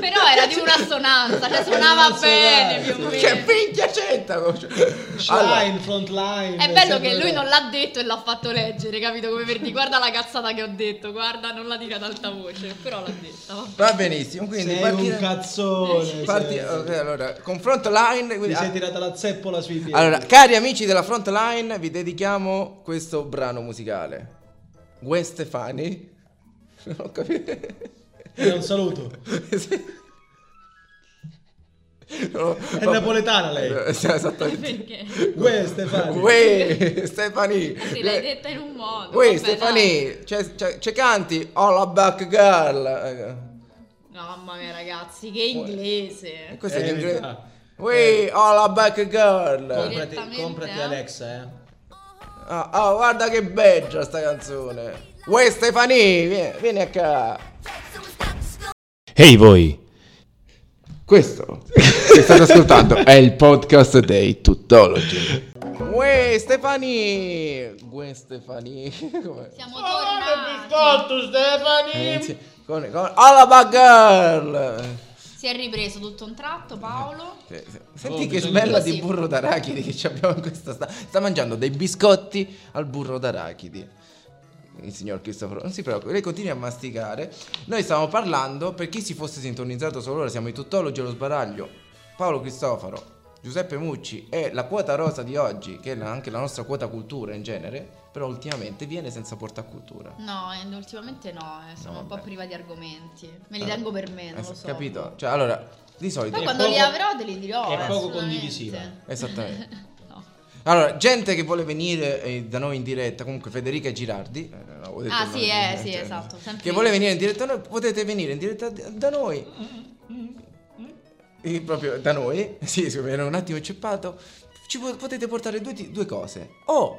Speaker 4: Però era di un'assonanza, cioè suonava
Speaker 3: Un'assonanza.
Speaker 4: bene
Speaker 2: eh,
Speaker 4: più o meno.
Speaker 2: che minchia c'entra? Allora,
Speaker 3: Shine, Frontline.
Speaker 4: È bello
Speaker 3: sempre
Speaker 4: che lui
Speaker 3: lei.
Speaker 4: non l'ha detto e l'ha fatto leggere, capito? Come per dire, guarda la cazzata che ho detto, guarda, non la dire ad alta voce, però l'ha detta. vabbè.
Speaker 2: va benissimo, quindi
Speaker 3: Sei
Speaker 2: parti-
Speaker 3: un cazzone.
Speaker 2: parti-
Speaker 3: sei-
Speaker 2: ok, allora, con Front Line
Speaker 3: Ti
Speaker 2: quindi- ah,
Speaker 3: sei tirata la zeppola sui piedi.
Speaker 2: Allora, cari amici della Front Line, vi dedichiamo questo brano musicale. Gwen Stefani? Non ho capito.
Speaker 3: È un saluto.
Speaker 2: Sì. No,
Speaker 3: È
Speaker 2: no.
Speaker 3: napoletana lei.
Speaker 2: Eh, sì, Esattamente.
Speaker 4: Perché?
Speaker 3: Uè, Stefano.
Speaker 2: Uè, Stefani. Le-
Speaker 4: Sì, l'hai detta in un modo.
Speaker 2: Uè,
Speaker 4: vabbè,
Speaker 2: Stefani, c'è, c'è, c'è canti All Back Girl. Eh,
Speaker 4: dai. Mamma mia, ragazzi, che inglese.
Speaker 2: Questo è
Speaker 3: Eh,
Speaker 2: in inglese.
Speaker 3: verità.
Speaker 2: Uè, All Back Girl.
Speaker 3: Comprati,
Speaker 4: Direttamente,
Speaker 3: comprati
Speaker 4: eh?
Speaker 3: Alexa, eh.
Speaker 2: Ah, ah, guarda che bella sta canzone. Uè, Stefani, vieni, vieni a qua.
Speaker 1: Ehi voi!
Speaker 2: Questo che state ascoltando è il podcast dei Tutologi. Uè, Stefani. Gwen Stefani. Come?
Speaker 4: Siamo tornati.
Speaker 3: Biscotto, Stefani.
Speaker 2: Eh, sì, con, con All Back Girl.
Speaker 4: Si è ripreso tutto un tratto, Paolo.
Speaker 2: Sì, sì. Cioè, Senti
Speaker 3: Oh,
Speaker 2: che
Speaker 3: bisogna-
Speaker 2: smella
Speaker 4: Sì.
Speaker 2: di burro d'arachidi che ci abbiamo in questa sta. Sta mangiando dei biscotti al burro d'arachidi. Il signor Cristoforo, non si preoccupi, lei continua a masticare. Noi stiamo parlando, per chi si fosse sintonizzato solo ora, siamo i tutologi allo sbaraglio. Paolo Cristoforo, Giuseppe Mucci e la quota rosa di oggi, che è la- anche la nostra quota cultura in genere, però ultimamente viene senza porta cultura.
Speaker 4: No, eh, ultimamente no, eh, sono
Speaker 2: No,
Speaker 4: un po'
Speaker 2: vabbè.
Speaker 4: priva di argomenti. Me li
Speaker 2: Eh,
Speaker 4: tengo per me, non
Speaker 2: Eh,
Speaker 4: lo so.
Speaker 2: Capito? Cioè, allora, di
Speaker 4: Poi
Speaker 2: solito...
Speaker 4: quando
Speaker 3: poco-
Speaker 4: li avrò te li dirò.
Speaker 3: è
Speaker 4: eh,
Speaker 3: poco
Speaker 4: assolutamente.
Speaker 3: condivisiva. Esatto.
Speaker 2: Esattamente.
Speaker 4: No.
Speaker 2: Allora, gente che vuole venire eh, da noi in diretta, comunque Federica Girardi. eh, avevo detto
Speaker 4: Ah,
Speaker 2: il
Speaker 4: sì,
Speaker 2: nome,
Speaker 4: eh, sì,
Speaker 2: cioè,
Speaker 4: esatto, sempre
Speaker 2: Che
Speaker 4: io.
Speaker 2: vuole venire in diretta da noi, potete venire in diretta d- da noi. E proprio da noi, sì, siccome ero un attimo inceppato, ci po- potete portare due, ti- due cose. O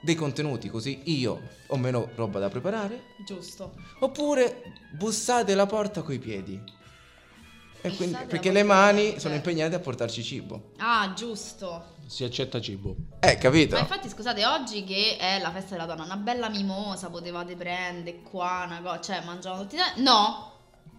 Speaker 2: dei contenuti, così io ho meno roba da preparare,
Speaker 4: Giusto.
Speaker 2: Oppure bussate la porta coi piedi. E
Speaker 4: Bussate
Speaker 2: quindi-
Speaker 4: la
Speaker 2: perché
Speaker 4: porta
Speaker 2: le
Speaker 4: coi
Speaker 2: mani
Speaker 4: piedi,
Speaker 2: sono
Speaker 4: certo.
Speaker 2: impegnate a portarci cibo.
Speaker 4: Ah, giusto.
Speaker 3: Si accetta cibo.
Speaker 2: Eh, capito?
Speaker 4: Ma infatti, scusate, oggi che è la festa della donna, una bella mimosa, potevate prendere qua, una cosa, cioè mangiavano tutti. da- No,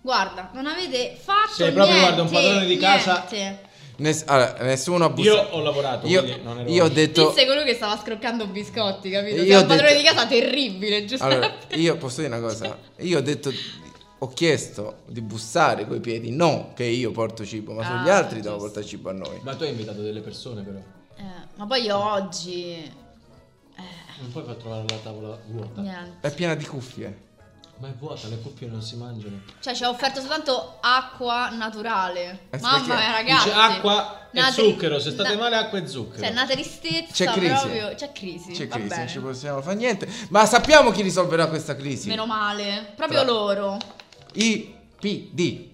Speaker 4: guarda, non avete fatto
Speaker 3: Sei proprio,
Speaker 4: niente,
Speaker 3: guarda, un padrone di casa.
Speaker 4: niente.
Speaker 2: Ness- allora, nessuno ha
Speaker 3: Io
Speaker 2: bussato.
Speaker 3: ho lavorato,
Speaker 2: Io,
Speaker 3: quindi non ero
Speaker 2: io ho detto...
Speaker 4: Disse quello che stava scroccando biscotti, capito?
Speaker 2: Io
Speaker 4: Sei
Speaker 2: ho
Speaker 4: un padrone
Speaker 2: detto-
Speaker 4: di casa terribile, giusto?
Speaker 2: Allora, io posso dire una cosa. Io ho detto... Ho chiesto di bussare coi piedi, non che io porto cibo, ma
Speaker 4: Ah,
Speaker 2: sugli altri devo
Speaker 4: giusto.
Speaker 2: portare cibo a noi.
Speaker 3: Ma tu hai invitato delle persone però.
Speaker 4: Eh, ma poi io oggi. eh,
Speaker 3: Non puoi far trovare la tavola vuota.
Speaker 4: niente.
Speaker 2: È piena di cuffie.
Speaker 3: Ma è vuota, le cuffie non si mangiano.
Speaker 4: Cioè, ci ha offerto soltanto acqua naturale.
Speaker 2: Eh,
Speaker 4: Mamma
Speaker 2: perché?
Speaker 4: mia, ragazzi.
Speaker 3: Dice acqua e
Speaker 4: Una tri-
Speaker 3: zucchero, se state
Speaker 4: una-
Speaker 3: male acqua e zucchero.
Speaker 4: Cioè, una
Speaker 2: C'è
Speaker 4: tristezza
Speaker 2: crisi.
Speaker 4: proprio. C'è crisi.
Speaker 2: C'è crisi,
Speaker 4: va
Speaker 2: Cioè, non
Speaker 4: bene.
Speaker 2: ci possiamo fare niente. Ma sappiamo chi risolverà questa crisi.
Speaker 4: Meno male. Proprio
Speaker 2: Tra-
Speaker 4: loro.
Speaker 2: I PD.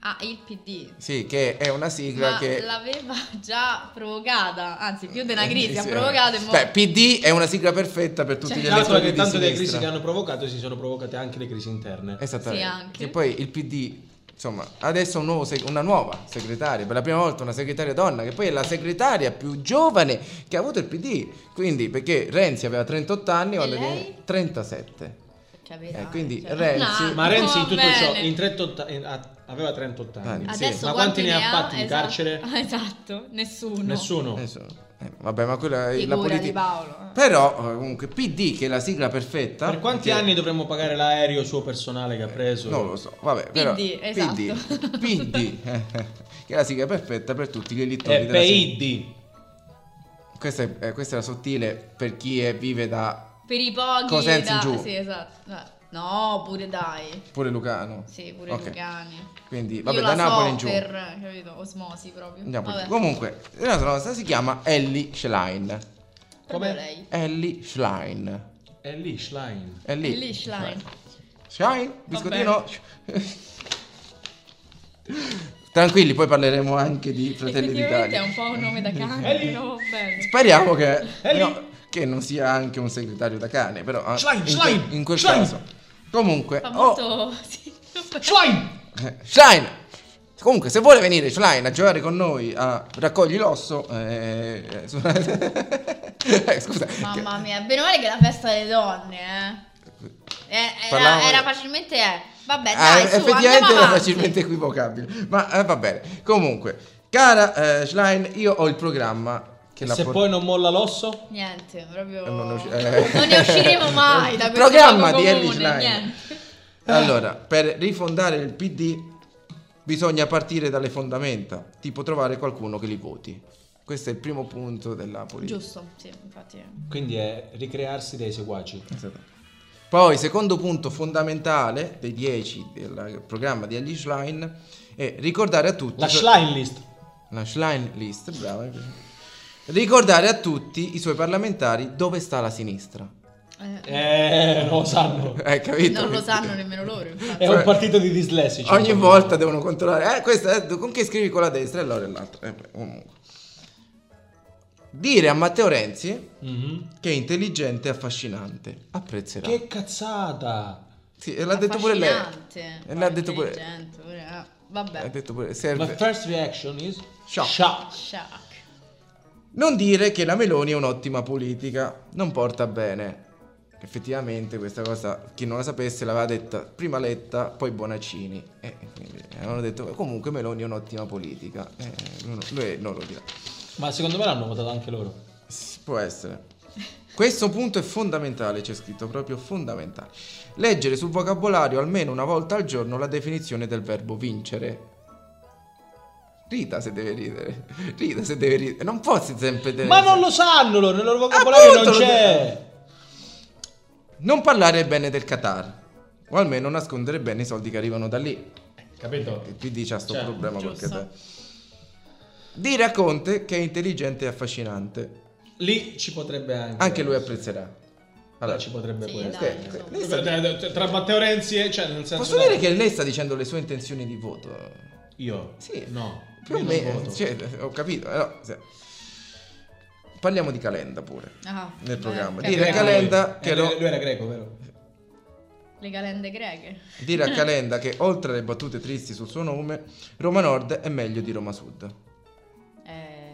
Speaker 4: Ah, il PD.
Speaker 2: Sì, che è una sigla
Speaker 4: Ma
Speaker 2: che...
Speaker 4: l'aveva già provocata. Anzi, più di una crisi
Speaker 2: Eh,
Speaker 4: ha
Speaker 2: sì,
Speaker 4: provocato. e mo-
Speaker 2: Beh, PD è una sigla perfetta per tutti
Speaker 4: Cioè,
Speaker 2: gli
Speaker 4: tra
Speaker 3: Dato
Speaker 2: elettori
Speaker 3: che
Speaker 2: di
Speaker 3: tanto delle crisi
Speaker 2: sinistra. Eh
Speaker 3: che hanno provocato si sono provocate anche le crisi interne.
Speaker 2: Esattamente.
Speaker 4: Sì, anche.
Speaker 2: Che poi il PD, insomma, adesso ha un nuovo seg- una nuova segretaria, per la prima volta una segretaria donna, che poi è la segretaria più giovane che ha avuto il PD. Quindi, perché Renzi aveva 38 anni,
Speaker 4: E
Speaker 2: quando
Speaker 4: lei?
Speaker 2: viene 37.
Speaker 4: Capirà,
Speaker 2: Eh, quindi
Speaker 4: cioè,
Speaker 2: Renzi-
Speaker 4: un
Speaker 3: Ma Renzi in
Speaker 4: attimo,
Speaker 3: tutto
Speaker 4: va
Speaker 3: ciò
Speaker 4: bene.
Speaker 3: in 38 in- a- aveva 38 anni.
Speaker 2: Anni. Sì.
Speaker 4: Adesso
Speaker 3: Ma quanti
Speaker 4: quanti,
Speaker 3: ne ha fatti di
Speaker 4: esatto.
Speaker 3: carcere?
Speaker 4: Ah, Esatto, nessuno.
Speaker 3: Nessuno.
Speaker 2: Adesso- eh, vabbè, ma quella è la
Speaker 4: Figura di
Speaker 2: politica.
Speaker 4: Paolo. eh.
Speaker 2: Però, eh, comunque, PD che è la sigla perfetta.
Speaker 3: Per quanti
Speaker 2: perché-
Speaker 3: anni dovremmo pagare l'aereo suo personale che ha preso?
Speaker 2: Non lo so, vabbè, però
Speaker 4: PD, esatto.
Speaker 2: PD, PD, eh, che è la sigla perfetta per tutti gli elettori
Speaker 3: È
Speaker 2: della sinistra.
Speaker 3: PID.
Speaker 2: Questa è, eh, questa è la sottile per chi è- vive da
Speaker 4: Per i pochi.
Speaker 2: Cosenza in
Speaker 4: da-
Speaker 2: giù.
Speaker 4: Sì, esatto. Eh, No, pure dai.
Speaker 2: pure Lucano.
Speaker 4: Sì, pure
Speaker 2: Ok.
Speaker 4: Lugani.
Speaker 2: Quindi, vabbè,
Speaker 4: Io
Speaker 2: da
Speaker 4: la
Speaker 2: Napoli
Speaker 4: so
Speaker 2: in giù.
Speaker 4: per, capito, osmosi proprio.
Speaker 2: Andiamo
Speaker 4: Vabbè,
Speaker 2: giù. Comunque, la nostra nostra si chiama Ellie Schlein.
Speaker 4: proprio
Speaker 3: Com'è?
Speaker 4: lei.
Speaker 2: Ellie Schlein.
Speaker 3: È lì, Schlein.
Speaker 2: Ellie,
Speaker 4: Lì Schlein.
Speaker 2: Schlein, biscottino. Tranquilli, poi parleremo anche di Fratelli
Speaker 4: Effettivamente
Speaker 2: d'Italia.
Speaker 4: è un po' un nome da cane,
Speaker 3: Ellie.
Speaker 4: no? Bene.
Speaker 2: Speriamo che,
Speaker 3: Ellie.
Speaker 2: no, che non sia anche un segretario da cane, però eh,
Speaker 3: Schlein,
Speaker 2: in,
Speaker 3: Schlein,
Speaker 2: in quel
Speaker 3: Schlein.
Speaker 2: caso. Comunque,
Speaker 4: Fa
Speaker 2: oh,
Speaker 4: molto... sì.
Speaker 3: Schlein!
Speaker 2: Eh, Schlein! Comunque, se vuole venire Schlein a giocare con noi a Raccogli l'osso, eh, eh, su- eh, scusa,
Speaker 4: Mamma mia, bene o male che è la festa delle donne, eh. Eh, era,
Speaker 2: Parlavamo-
Speaker 4: era facilmente... eh. Vabbè,
Speaker 2: Ah,
Speaker 4: dai, su,
Speaker 2: effettivamente
Speaker 4: andiamo
Speaker 2: era
Speaker 4: avanti.
Speaker 2: facilmente equivocabile, ma eh, va bene. Comunque, cara eh, Schlein, io ho il programma che la
Speaker 3: Se
Speaker 2: por-
Speaker 3: poi non molla l'osso?
Speaker 4: Niente, proprio...
Speaker 2: Eh, non
Speaker 4: Non
Speaker 2: ne
Speaker 4: ne,
Speaker 2: usci- eh.
Speaker 4: usciremo mai da questo
Speaker 2: Programma
Speaker 4: luogo
Speaker 2: di Ellie
Speaker 4: comune,
Speaker 2: Schlein.
Speaker 4: niente.
Speaker 2: Allora, per rifondare il PD bisogna partire dalle fondamenta, tipo trovare qualcuno che li voti. Questo è il primo punto della politica.
Speaker 4: Giusto, sì, infatti...
Speaker 3: Quindi è ricrearsi dei seguaci.
Speaker 2: Esatto. Poi, secondo punto fondamentale dei 10 del programma di Ellie Schlein è ricordare a tutti
Speaker 3: La Schlein list.
Speaker 2: La Schlein list, brava. mi piace. Ricordare a tutti i suoi parlamentari dove sta la sinistra.
Speaker 4: Eh,
Speaker 3: Eh, non lo sanno.
Speaker 2: Hai capito?
Speaker 4: non lo sanno nemmeno loro, infatti.
Speaker 2: Eh,
Speaker 3: È un partito di dislessici.
Speaker 2: Ogni volta devono controllare. Eh, questa è- con che scrivi con la destra e allora è l'altra. Eh, beh, comunque. Dire a Matteo Renzi
Speaker 3: Mhm.
Speaker 2: che è intelligente e affascinante. Apprezzerà.
Speaker 3: Che cazzata!
Speaker 2: Sì, e l'ha detto pure lei.
Speaker 4: Affascinante,
Speaker 2: E l'ha detto pure.
Speaker 4: intelligente, pure- ah,
Speaker 2: L'ha
Speaker 4: Vabbè,
Speaker 2: detto pure.
Speaker 3: My
Speaker 2: Serve.
Speaker 3: first reaction is
Speaker 2: Shock.
Speaker 3: shock.
Speaker 4: Sciac.
Speaker 2: Non dire che la Meloni è un'ottima politica, non porta bene. Effettivamente questa cosa, chi non la sapesse, l'aveva detta prima Letta, poi Bonaccini. E quindi avevano detto comunque Meloni è un'ottima politica. Eh, lui- lui non lo dirà.
Speaker 3: Ma secondo me l'hanno votato anche loro.
Speaker 2: S- Può essere. Questo punto è fondamentale, c'è scritto proprio fondamentale. Leggere sul vocabolario almeno una volta al giorno la definizione del verbo vincere. Rita se deve ridere. Rita se deve ridere. Non può sempre deve
Speaker 3: Ma non lo sanno loro, nel loro vocabolario non
Speaker 2: Eh, Appunto, lo-
Speaker 3: c'è.
Speaker 2: Non parlare bene del Qatar. O almeno nascondere bene i soldi che arrivano da lì.
Speaker 3: Capito?
Speaker 2: Il PD c'ha sto
Speaker 3: Cioè,
Speaker 2: problema col
Speaker 4: giusto.
Speaker 2: Qatar. Dire a Conte che è intelligente e affascinante.
Speaker 3: Lì ci potrebbe anche.
Speaker 2: Anche lui apprezzerà. Allora,
Speaker 3: Allora, ci potrebbe
Speaker 4: Sì,
Speaker 3: pure
Speaker 4: dai,
Speaker 3: essere.
Speaker 4: insomma.
Speaker 2: Lei sta-
Speaker 3: Dai, dai, Tra Matteo Renzi e. Cioè, nel senso.
Speaker 2: posso
Speaker 3: dai,
Speaker 2: dire che lei sta dicendo le sue intenzioni di voto?
Speaker 3: Io?
Speaker 2: Sì.
Speaker 3: No.
Speaker 2: Più o
Speaker 3: io non
Speaker 2: meno,
Speaker 3: voto.
Speaker 2: cioè, ho capito. però, se- Parliamo di Calenda pure.
Speaker 4: Ah,
Speaker 2: Nel programma.
Speaker 4: eh,
Speaker 3: Era
Speaker 2: Dire
Speaker 4: eh,
Speaker 2: a Calenda
Speaker 3: lui.
Speaker 2: che
Speaker 3: Eh,
Speaker 2: lo- Eh,
Speaker 3: lui, lui era greco, vero?
Speaker 4: Le calende greche.
Speaker 2: Dire a Calenda che oltre alle battute tristi sul suo nome, Roma Nord è meglio di Roma Sud.
Speaker 4: Eh,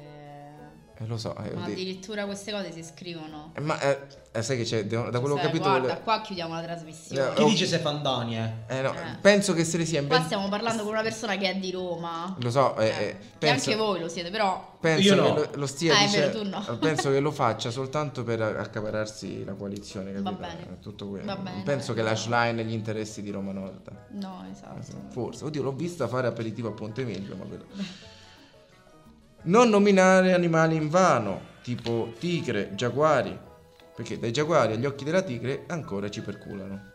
Speaker 2: Eh, lo so, eh,
Speaker 4: ma
Speaker 2: di-
Speaker 4: addirittura queste cose si scrivono.
Speaker 2: eh, ma eh, eh, sai che c'è, de- da quello che ho
Speaker 4: Cioè,
Speaker 2: capito...
Speaker 4: Guarda,
Speaker 2: le-
Speaker 4: qua chiudiamo la trasmissione.
Speaker 2: Eh,
Speaker 3: Chi
Speaker 2: oh.
Speaker 3: dice se Fandonia?
Speaker 2: eh, no,
Speaker 4: eh.
Speaker 2: Penso che se le sia
Speaker 4: Qua
Speaker 2: inventato...
Speaker 4: stiamo parlando con una persona che è di Roma.
Speaker 2: Lo so, eh, eh,
Speaker 4: Eh, che
Speaker 2: penso,
Speaker 4: anche voi lo siete, però.
Speaker 2: penso
Speaker 3: Io
Speaker 2: che
Speaker 3: no.
Speaker 2: lo, lo stia
Speaker 4: Ah, è
Speaker 2: dice- eh,
Speaker 4: vero, tu no.
Speaker 2: penso che lo faccia soltanto per accapararsi la coalizione, capito?
Speaker 4: Va bene.
Speaker 2: Eh, Tutto quello.
Speaker 4: Va bene,
Speaker 2: penso
Speaker 4: eh,
Speaker 2: che
Speaker 4: no.
Speaker 2: la Schlein e gli interessi di Roma Nord.
Speaker 4: No, esatto.
Speaker 2: Forse, oddio, l'ho vista fare aperitivo a Ponte Meglio, ma quello- Non nominare animali in vano, tipo tigre, giaguari, perché dai giaguari agli occhi della tigre ancora ci perculano.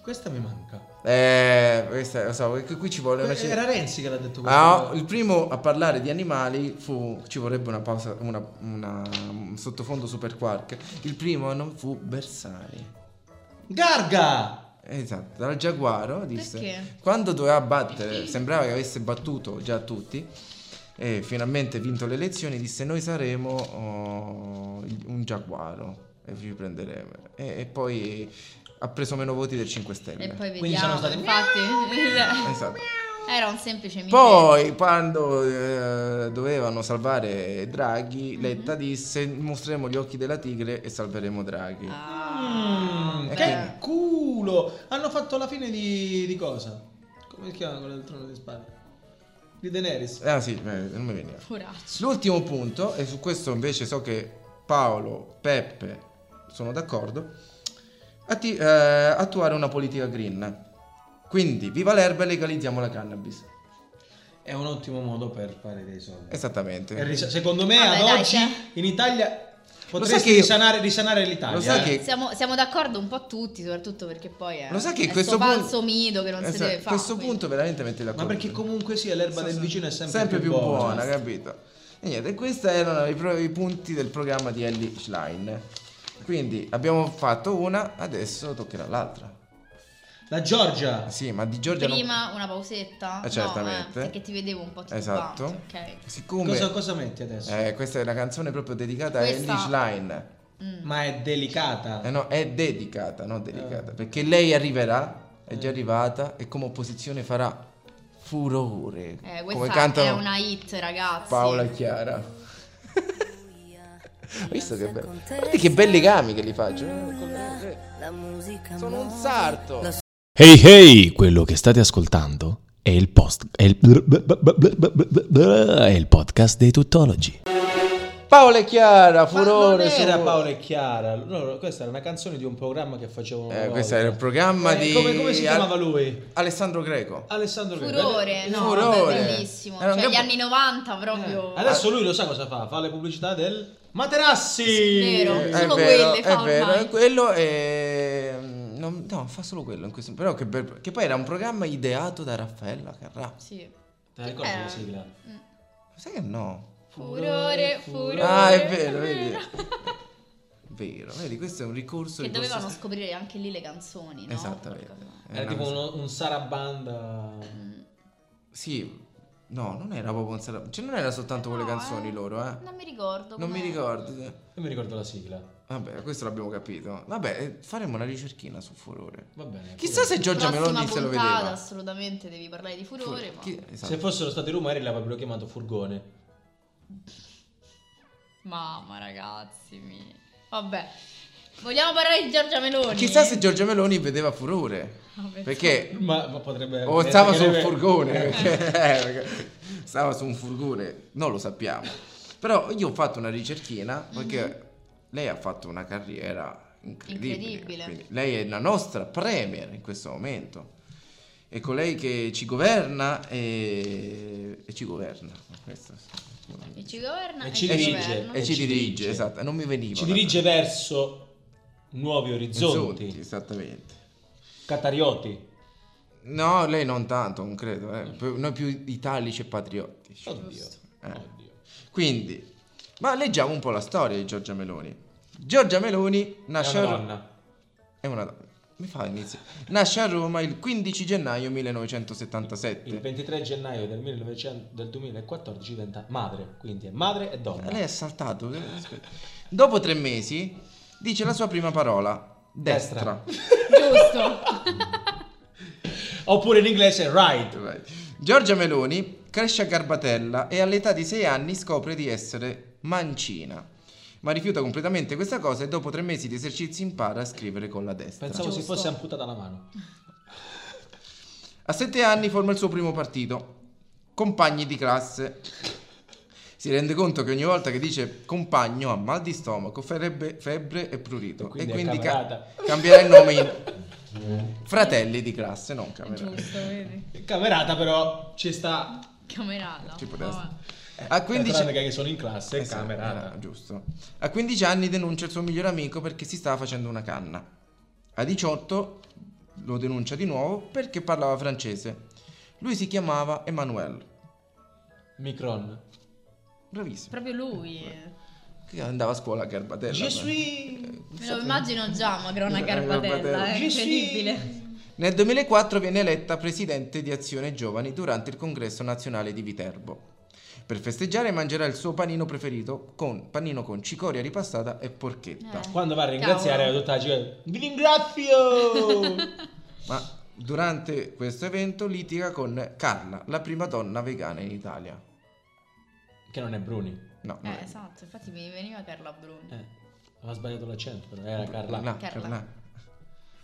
Speaker 3: Questa mi manca.
Speaker 2: Eh, questa, lo so, che qui ci vuole una...
Speaker 3: Que- Era Renzi che l'ha detto questo.
Speaker 2: Ah, il primo a parlare di animali fu. Ci vorrebbe una pausa, una, una- un sottofondo super quark. Il primo non fu Bersani.
Speaker 3: Garga!
Speaker 2: Esatto, dal giaguaro disse
Speaker 4: Perché?
Speaker 2: quando doveva battere, sembrava che avesse battuto già tutti e finalmente vinto le elezioni, disse noi saremo oh, il- un giaguaro e vi prenderemo. E, e poi ha preso meno voti del 5 Stelle.
Speaker 4: E poi vediamo.
Speaker 3: Quindi sono stati-
Speaker 4: Infatti,
Speaker 2: Esatto.
Speaker 4: era un semplice mito.
Speaker 2: Poi quando eh, dovevano salvare
Speaker 4: Mm-hmm.
Speaker 2: Draghi, Letta disse mostreremo gli occhi della tigre e salveremo Draghi.
Speaker 4: Ah.
Speaker 3: Mm,
Speaker 2: Eh,
Speaker 3: che
Speaker 2: quindi-
Speaker 3: culo! Hanno fatto la fine di, di cosa? Come si chiama quello del trono di Spagna? Di Daenerys.
Speaker 2: Ah sì, eh, non mi veniva.
Speaker 4: Poraccio.
Speaker 2: L'ultimo punto, e su questo invece so che Paolo, Peppe sono d'accordo, atti- eh, attuare una politica green. Quindi, viva l'erba e legalizziamo la cannabis.
Speaker 3: È un ottimo modo per fare dei soldi.
Speaker 2: Esatto. Esattamente.
Speaker 3: E ris- Secondo me
Speaker 4: Vabbè,
Speaker 3: ad
Speaker 4: dai,
Speaker 3: oggi
Speaker 4: cioè.
Speaker 3: in Italia
Speaker 2: sai
Speaker 3: potresti
Speaker 2: che io-
Speaker 3: risanare, risanare l'Italia.
Speaker 2: Lo sai
Speaker 3: eh?
Speaker 2: che-
Speaker 4: Siamo, siamo d'accordo un po' tutti, soprattutto perché poi è,
Speaker 2: Lo sai che
Speaker 4: Eh, è
Speaker 2: questo
Speaker 4: sto
Speaker 2: punto-
Speaker 4: falso mito che non si
Speaker 2: Esatto,
Speaker 4: deve fare.
Speaker 2: questo
Speaker 4: quindi.
Speaker 2: punto veramente mette la
Speaker 3: Ma perché comunque sia l'erba del vicino è sempre,
Speaker 2: più, buona, capito? E niente, questi erano i, pro- i punti del programma di Ellie Schlein. Quindi abbiamo fatto una, adesso toccherà l'altra.
Speaker 3: La Giorgia.
Speaker 2: Sì, ma di Giorgia non-
Speaker 4: Prima una pausetta.
Speaker 2: Eh, certamente.
Speaker 4: No, eh, perché ti vedevo un po' tutto
Speaker 2: Esatto.
Speaker 4: quanto, ok.
Speaker 2: Siccome
Speaker 3: Cosa, cosa metti adesso?
Speaker 2: Eh, questa è una canzone proprio dedicata
Speaker 4: Questa-
Speaker 2: a Ellie Schlein.
Speaker 4: Mm.
Speaker 3: Ma è delicata.
Speaker 2: Eh no, è dedicata, non dedicata.
Speaker 3: Eh.
Speaker 2: Perché lei arriverà, è già arrivata e come opposizione farà furore.
Speaker 4: Eh,
Speaker 2: come
Speaker 4: questa
Speaker 2: cantano
Speaker 4: è una hit, ragazzi.
Speaker 2: Paola e Chiara. Hai visto che bello? Guardi che bei legami che li faccio. eh, con le- Sono un sarto.
Speaker 1: Hey hey, quello che state ascoltando è il post è il, è il podcast dei tuttologi.
Speaker 2: Paola e Chiara,
Speaker 3: Ma
Speaker 2: furore.
Speaker 3: non era
Speaker 2: furore.
Speaker 3: Paolo e Chiara. loro- questa era una canzone di un programma che facevano. una
Speaker 2: Eh,
Speaker 3: volta.
Speaker 2: questo era il programma
Speaker 3: Eh,
Speaker 2: di...
Speaker 3: Come, come si
Speaker 2: Al-
Speaker 3: chiamava lui? Ah,
Speaker 2: Alessandro Greco.
Speaker 3: Alessandro Eh, Greco.
Speaker 4: Furore, no,
Speaker 2: Furore.
Speaker 4: vabbè, bellissimo.
Speaker 2: Era un
Speaker 4: cioè, gli
Speaker 2: gran-
Speaker 4: anni 90 proprio.
Speaker 3: Eh, Adesso lui lo sa cosa fa. Fa le pubblicità del Materassi.
Speaker 4: vero.
Speaker 2: Eh,
Speaker 4: Solo quelle fa
Speaker 2: è vero,
Speaker 4: ormai.
Speaker 2: è quello è... non- no, fa solo quello in questo- Però che, bel- che poi era un programma ideato da Raffaella Carrà.
Speaker 4: Sì.
Speaker 3: Te la ricordi
Speaker 4: Eh.
Speaker 3: la sigla?
Speaker 2: Sai che no?
Speaker 4: Furore, furore.
Speaker 2: Ah, è vero, vedi. Vero, vedi, questo è un ricorso
Speaker 4: Che
Speaker 2: di questo-
Speaker 4: dovevano scoprire anche lì le canzoni, no?
Speaker 2: Esattamente.
Speaker 4: Qualcosa.
Speaker 2: È
Speaker 3: Era
Speaker 2: una-
Speaker 3: tipo uno- un sarabanda.
Speaker 4: Mm.
Speaker 2: Sì. No, non era proprio un sala- Cioè non era soltanto con le
Speaker 4: No,
Speaker 2: canzoni
Speaker 4: eh.
Speaker 2: loro, eh.
Speaker 4: Non mi ricordo.
Speaker 2: Non mi
Speaker 4: com'era.
Speaker 2: ricordo.
Speaker 3: Non mi ricordo la sigla.
Speaker 2: Vabbè, questo l'abbiamo capito. Vabbè, eh, faremo una ricerchina su Furore.
Speaker 3: Va bene.
Speaker 2: Chissà se Giorgia
Speaker 4: Prossima
Speaker 2: Meloni se lo
Speaker 4: puntata,
Speaker 2: vedeva.
Speaker 4: assolutamente devi parlare di furore. ma-
Speaker 2: Chi- esatto.
Speaker 3: Se fossero stati rumori l'avrebbero chiamato furgone.
Speaker 4: Mamma, ragazzi. mi- Vabbè. Vogliamo parlare di Giorgia Meloni?
Speaker 2: Chissà se Giorgia Meloni vedeva furore.
Speaker 4: Vabbè.
Speaker 2: Perché
Speaker 3: Ma, ma potrebbe.
Speaker 2: o Oh, stava su un
Speaker 3: potrebbe-
Speaker 2: furgone, perché, eh, perché stava su un furgone, non lo sappiamo. Però io ho fatto una ricerchina perché lei ha fatto una carriera incredibile.
Speaker 4: Incredibile.
Speaker 2: Quindi lei è la nostra premier in questo momento. È colei che ci governa e, e ci governa. Questo-
Speaker 4: E ci governa
Speaker 3: E
Speaker 4: e
Speaker 3: ci
Speaker 4: ci
Speaker 3: dirige.
Speaker 4: governa.
Speaker 2: E
Speaker 3: E
Speaker 2: ci
Speaker 3: ci
Speaker 2: dirige,
Speaker 3: dirige.
Speaker 2: esatto. Non mi veniva.
Speaker 3: Ci
Speaker 2: la-
Speaker 3: dirige verso nuovi orizzonti.
Speaker 2: Zonti, Esattamente.
Speaker 3: Catarioti.
Speaker 2: No, lei non tanto, non credo. eh. Noi più italici e patriottici.
Speaker 3: Oddio.
Speaker 2: Eh.
Speaker 3: Oddio.
Speaker 2: Quindi, Ma leggiamo un po' la storia di Giorgia Meloni. Giorgia Meloni nasce
Speaker 3: È
Speaker 2: a
Speaker 3: una
Speaker 2: Ro-
Speaker 3: donna.
Speaker 2: È una donna. Mi fa inizio. Nasce a Roma il 15 gennaio
Speaker 3: Il
Speaker 2: 1977.
Speaker 3: 23 gennaio del, 1900 del 2014 diventa madre, quindi è madre e donna.
Speaker 2: Lei è saltato. eh, Aspetta. Dopo tre mesi dice la sua prima parola. Destra.
Speaker 4: Giusto.
Speaker 3: Oppure in inglese right.
Speaker 2: Vai. Giorgia Meloni cresce a Garbatella e all'età di 6 anni scopre di essere mancina. Ma rifiuta completamente questa cosa e dopo tre mesi di esercizi impara a scrivere con la destra.
Speaker 3: Pensavo si
Speaker 4: Giusto.
Speaker 3: fosse amputata la mano.
Speaker 2: A sette anni forma il suo primo partito, compagni di classe. Si rende conto che ogni volta che dice compagno ha mal di stomaco, febbre, febbre e prurito.
Speaker 3: E quindi
Speaker 2: e
Speaker 3: è
Speaker 2: quindi
Speaker 3: camerata.
Speaker 2: cambierà il nome in Eh. fratelli di classe, non camerata.
Speaker 4: Giusto, vedi.
Speaker 3: Camerata però ci sta...
Speaker 4: Camerata.
Speaker 2: Ci
Speaker 4: Vabbè.
Speaker 2: poteva stare. A 15
Speaker 3: Tranne che sono in classe,
Speaker 2: Eh sì,
Speaker 3: camerata.
Speaker 2: era giusto. A 15 anni denuncia il suo migliore amico perché si stava facendo una canna. A 18 lo denuncia di nuovo perché parlava francese. Lui si chiamava Emmanuel.
Speaker 3: Micron.
Speaker 2: Eh, Bravissimo.
Speaker 4: Proprio lui. eh.
Speaker 2: Che andava a scuola a Garbatella.
Speaker 3: Je suis...
Speaker 4: Me lo immagino già Magrona
Speaker 2: Eh,
Speaker 4: Carpatella,
Speaker 2: Garbatella.
Speaker 4: è
Speaker 3: Je suis-
Speaker 4: incredibile.
Speaker 2: Nel 2004 viene eletta presidente di Azione Giovani durante il congresso nazionale di Viterbo. Per festeggiare mangerà il suo panino preferito con panino con cicoria ripassata e porchetta.
Speaker 4: Eh.
Speaker 3: Quando va a ringraziare
Speaker 4: Cavolo.
Speaker 3: tutta la città, Vi ringrazio!
Speaker 2: Ma durante questo evento litiga con Carla, la prima donna vegana in Italia.
Speaker 3: che non è Bruni.
Speaker 2: No, non
Speaker 4: Eh,
Speaker 2: è-
Speaker 4: esatto, infatti mi veniva Carla Bruni.
Speaker 3: Eh, aveva sbagliato l'accento, però era Eh, Carla.
Speaker 2: Carla,
Speaker 4: Carla.
Speaker 2: Carla.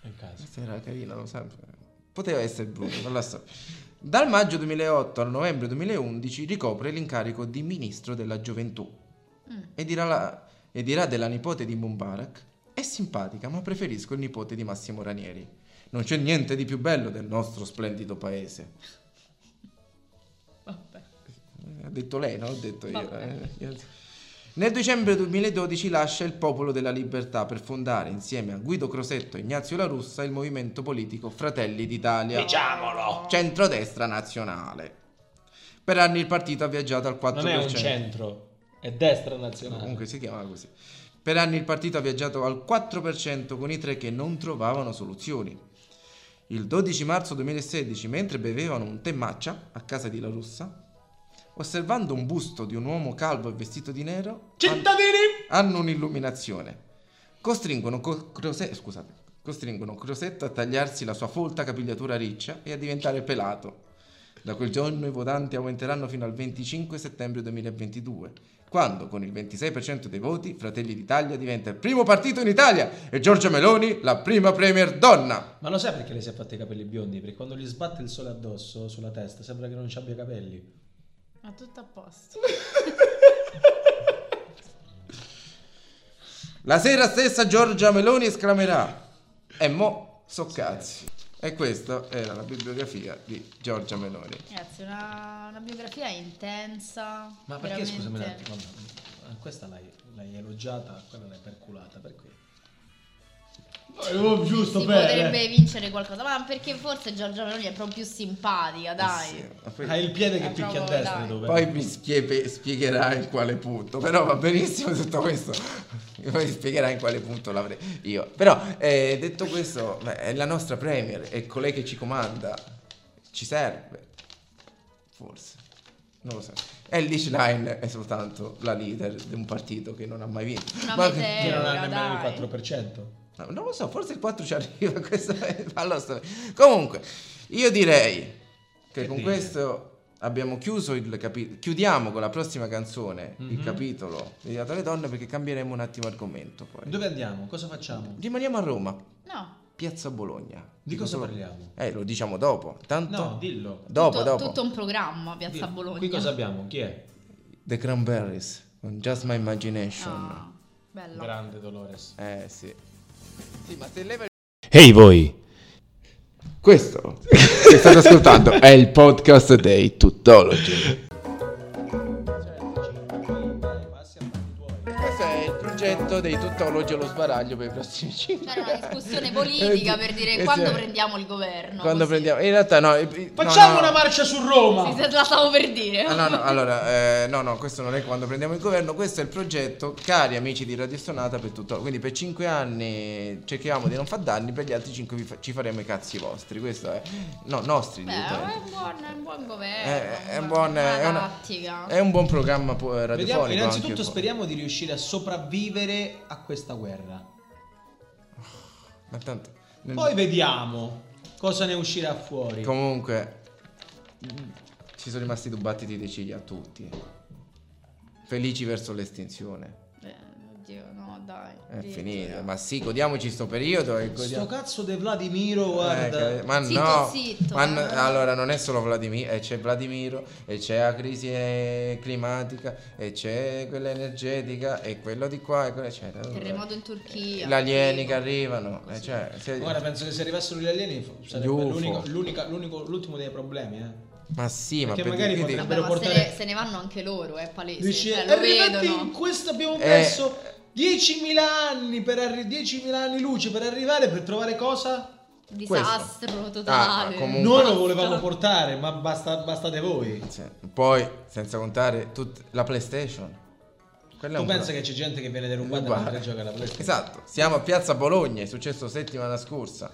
Speaker 3: È caso.
Speaker 2: Questa era carina, lo sai. Poteva essere Bruno, non la so. Dal maggio 2008 al novembre 2011 ricopre l'incarico di ministro della gioventù
Speaker 4: Mm.
Speaker 2: e dirà, la- e dirà della nipote di Mubarak: È simpatica, ma preferisco il nipote di Massimo Ranieri. Non c'è niente di più bello del nostro splendido paese.
Speaker 4: Vabbè.
Speaker 2: Eh, Ha detto lei, non ho detto io.
Speaker 4: Vabbè.
Speaker 2: eh. Io- Nel dicembre 2012 lascia il Popolo della Libertà per fondare insieme a Guido Crosetto e Ignazio La Russa il movimento politico Fratelli d'Italia,
Speaker 3: Diciamo. Diciamolo!
Speaker 2: centrodestra nazionale. Per anni il partito ha viaggiato al 4%.
Speaker 3: Non è un centro, è destra nazionale.
Speaker 2: Comunque si chiama così. Per anni il partito ha viaggiato al 4% con i tre che non trovavano soluzioni. Il 12 marzo 2016, mentre bevevano un tè matcha a casa di La Russa, osservando un busto di un uomo calvo e vestito di nero, han-
Speaker 3: Cittadini!
Speaker 2: hanno un'illuminazione. Costringono, co- Crose- scusate, costringono Crosetto a tagliarsi la sua folta capigliatura riccia e a diventare pelato. Da quel giorno i votanti aumenteranno fino al 25 settembre 2022, quando con il 26% dei voti Fratelli d'Italia diventa il primo partito in Italia e Giorgia Meloni la prima premier donna.
Speaker 3: Ma lo sai perché lei si è fatta i capelli biondi? Perché quando gli sbatte il sole addosso sulla testa sembra che non ci abbia capelli.
Speaker 4: Ma tutto a posto.
Speaker 2: La sera stessa Giorgia Meloni esclamerà E mo so cazzi. E questa era la bibliografia di Giorgia Meloni.
Speaker 4: Ragazzi, una, una biografia intensa.
Speaker 3: Ma perché
Speaker 4: veramente.
Speaker 3: scusami un attimo? vabbè, Questa l'hai, l'hai elogiata, quella l'hai perculata, perché? oh, giusto
Speaker 4: Si potrebbe vincere qualcosa, ma perché forse Giorgia Meloni è proprio più simpatica, dai.
Speaker 2: Eh sì, ma poi-
Speaker 3: Hai il piede che
Speaker 4: Eh,
Speaker 3: picchia a
Speaker 4: proprio,
Speaker 3: destra
Speaker 4: dai.
Speaker 3: dove?
Speaker 2: Poi mi spie- spiegherà in quale punto, però va benissimo tutto questo. Poi mi spiegherà in quale punto l'avrei io. Però eh, detto questo, beh, è la nostra Premier, è colei che ci comanda, ci serve, forse, non lo so. E Lichline è soltanto la leader di un partito che non ha mai vinto.
Speaker 4: Una
Speaker 2: Ma-
Speaker 4: miseria.
Speaker 3: che non ha
Speaker 4: Eh,
Speaker 3: nemmeno
Speaker 4: dai.
Speaker 3: il 4%.
Speaker 2: ma non lo so, forse il 4 ci arriva. Questo è- fallo sapere. Comunque, io direi che,
Speaker 3: Che
Speaker 2: con
Speaker 3: dire?
Speaker 2: questo abbiamo chiuso il capitolo. Chiudiamo con la prossima canzone il
Speaker 3: Mhm.
Speaker 2: capitolo dedicato alle donne perché cambieremo un attimo argomento. Poi
Speaker 3: Dove andiamo? Cosa facciamo?
Speaker 2: rimaniamo a Roma,
Speaker 4: No,
Speaker 2: piazza Bologna.
Speaker 3: Di cosa
Speaker 2: solo-
Speaker 3: parliamo?
Speaker 2: Eh, lo diciamo dopo. Tanto
Speaker 3: No, dillo.
Speaker 2: dopo,
Speaker 4: tutto,
Speaker 2: dopo.
Speaker 4: tutto un programma, Piazza
Speaker 3: Dillo.
Speaker 4: Bologna.
Speaker 3: Qui cosa abbiamo? Chi è?
Speaker 2: The Cranberries con Just My Imagination.
Speaker 4: Ah, bello.
Speaker 3: Grande Dolores.
Speaker 2: Eh sì. Sì, ma se lei
Speaker 1: Ehi voi!
Speaker 2: Questo che state ascoltando è il podcast dei Tuttologi.
Speaker 3: Cioè, dici, poi vai, passi a fatti tuoi.
Speaker 2: Questo è il soggetto dei tuttologi allo sbaraglio per i prossimi 5
Speaker 4: C'era una discussione politica per
Speaker 2: Eh
Speaker 4: dire quando prendiamo il governo.
Speaker 2: Quando
Speaker 4: così.
Speaker 2: prendiamo... In realtà no... eh, eh, no,
Speaker 3: Facciamo
Speaker 2: no.
Speaker 3: una marcia su Roma.
Speaker 4: Sì, se la stavo per dire.
Speaker 2: Ah, no, no, allora, eh, no, no, questo non è quando prendiamo il governo, questo è il progetto, cari amici di Radio Stonata, per tutto. Quindi per 5 anni cerchiamo di non far danni, per gli altri 5 ci faremo i cazzi vostri. Questo è... No, nostri.
Speaker 4: Beh, eh,
Speaker 2: direttamente.
Speaker 4: è un buon, è un buon governo.
Speaker 2: è, Eh, è
Speaker 4: una
Speaker 2: un buon,
Speaker 4: buona
Speaker 2: è, una-
Speaker 4: tattica.
Speaker 2: è un buon programma po-
Speaker 3: Vediamo,
Speaker 2: radiofonico.
Speaker 3: innanzitutto
Speaker 2: anche.
Speaker 3: speriamo di riuscire a sopravvivere a questa guerra.
Speaker 2: Ma tanto- nel-
Speaker 3: Poi vediamo cosa ne uscirà fuori.
Speaker 2: comunque, mm, ci sono rimasti due battiti di ciglia a tutti. Felici verso l'estinzione.
Speaker 4: Eh, oddio, no, dai.
Speaker 2: È
Speaker 4: addirittura.
Speaker 2: finita. Eh, Ma sì, godiamoci sto periodo e
Speaker 3: Sto
Speaker 2: godiamo.
Speaker 3: cazzo de Vladimiro, guarda.
Speaker 2: Eh, che- ma
Speaker 4: Zitto,
Speaker 2: no,
Speaker 4: zitto,
Speaker 2: ma
Speaker 4: eh.
Speaker 2: no- allora non è solo Vladimiro, c'è Vladimiro, e c'è la crisi eh, climatica, e c'è quella energetica, e quello di qua, e quello eccetera.
Speaker 4: Terremoto in Turchia.
Speaker 2: Gli alieni che arrivano, eh, cioè, se-
Speaker 3: Guarda, penso che se arrivassero gli alieni f- sarebbe
Speaker 2: UFO.
Speaker 3: l'unico, l'unica- l'unico- l'ultimo dei problemi, eh.
Speaker 2: ma sì, ma
Speaker 3: Perché
Speaker 2: per-
Speaker 3: magari
Speaker 2: quindi-
Speaker 3: potrebbe- Dovrebbero
Speaker 4: Vabbè, ma se,
Speaker 3: portare-
Speaker 4: ne, se ne vanno anche loro, è palese.
Speaker 3: Dici,
Speaker 4: cioè, lo
Speaker 3: "Arrivati in
Speaker 4: vedono.
Speaker 3: questo abbiamo
Speaker 2: Eh.
Speaker 3: perso 10.000 anni per arri- 10.000 anni luce per arrivare per trovare cosa?
Speaker 4: Disastro
Speaker 2: Ah,
Speaker 4: totale.
Speaker 2: comunque-
Speaker 3: Noi lo volevamo portare, ma basta- bastate voi.
Speaker 2: se- poi, senza contare tut- la PlayStation. Quella è
Speaker 3: Tu
Speaker 2: un
Speaker 3: pensa
Speaker 2: pro-
Speaker 3: che c'è gente che viene derubata
Speaker 2: Guarda.
Speaker 3: mentre gioca alla PlayStation?
Speaker 2: Esatto, siamo a Piazza Bologna, è successo settimana scorsa.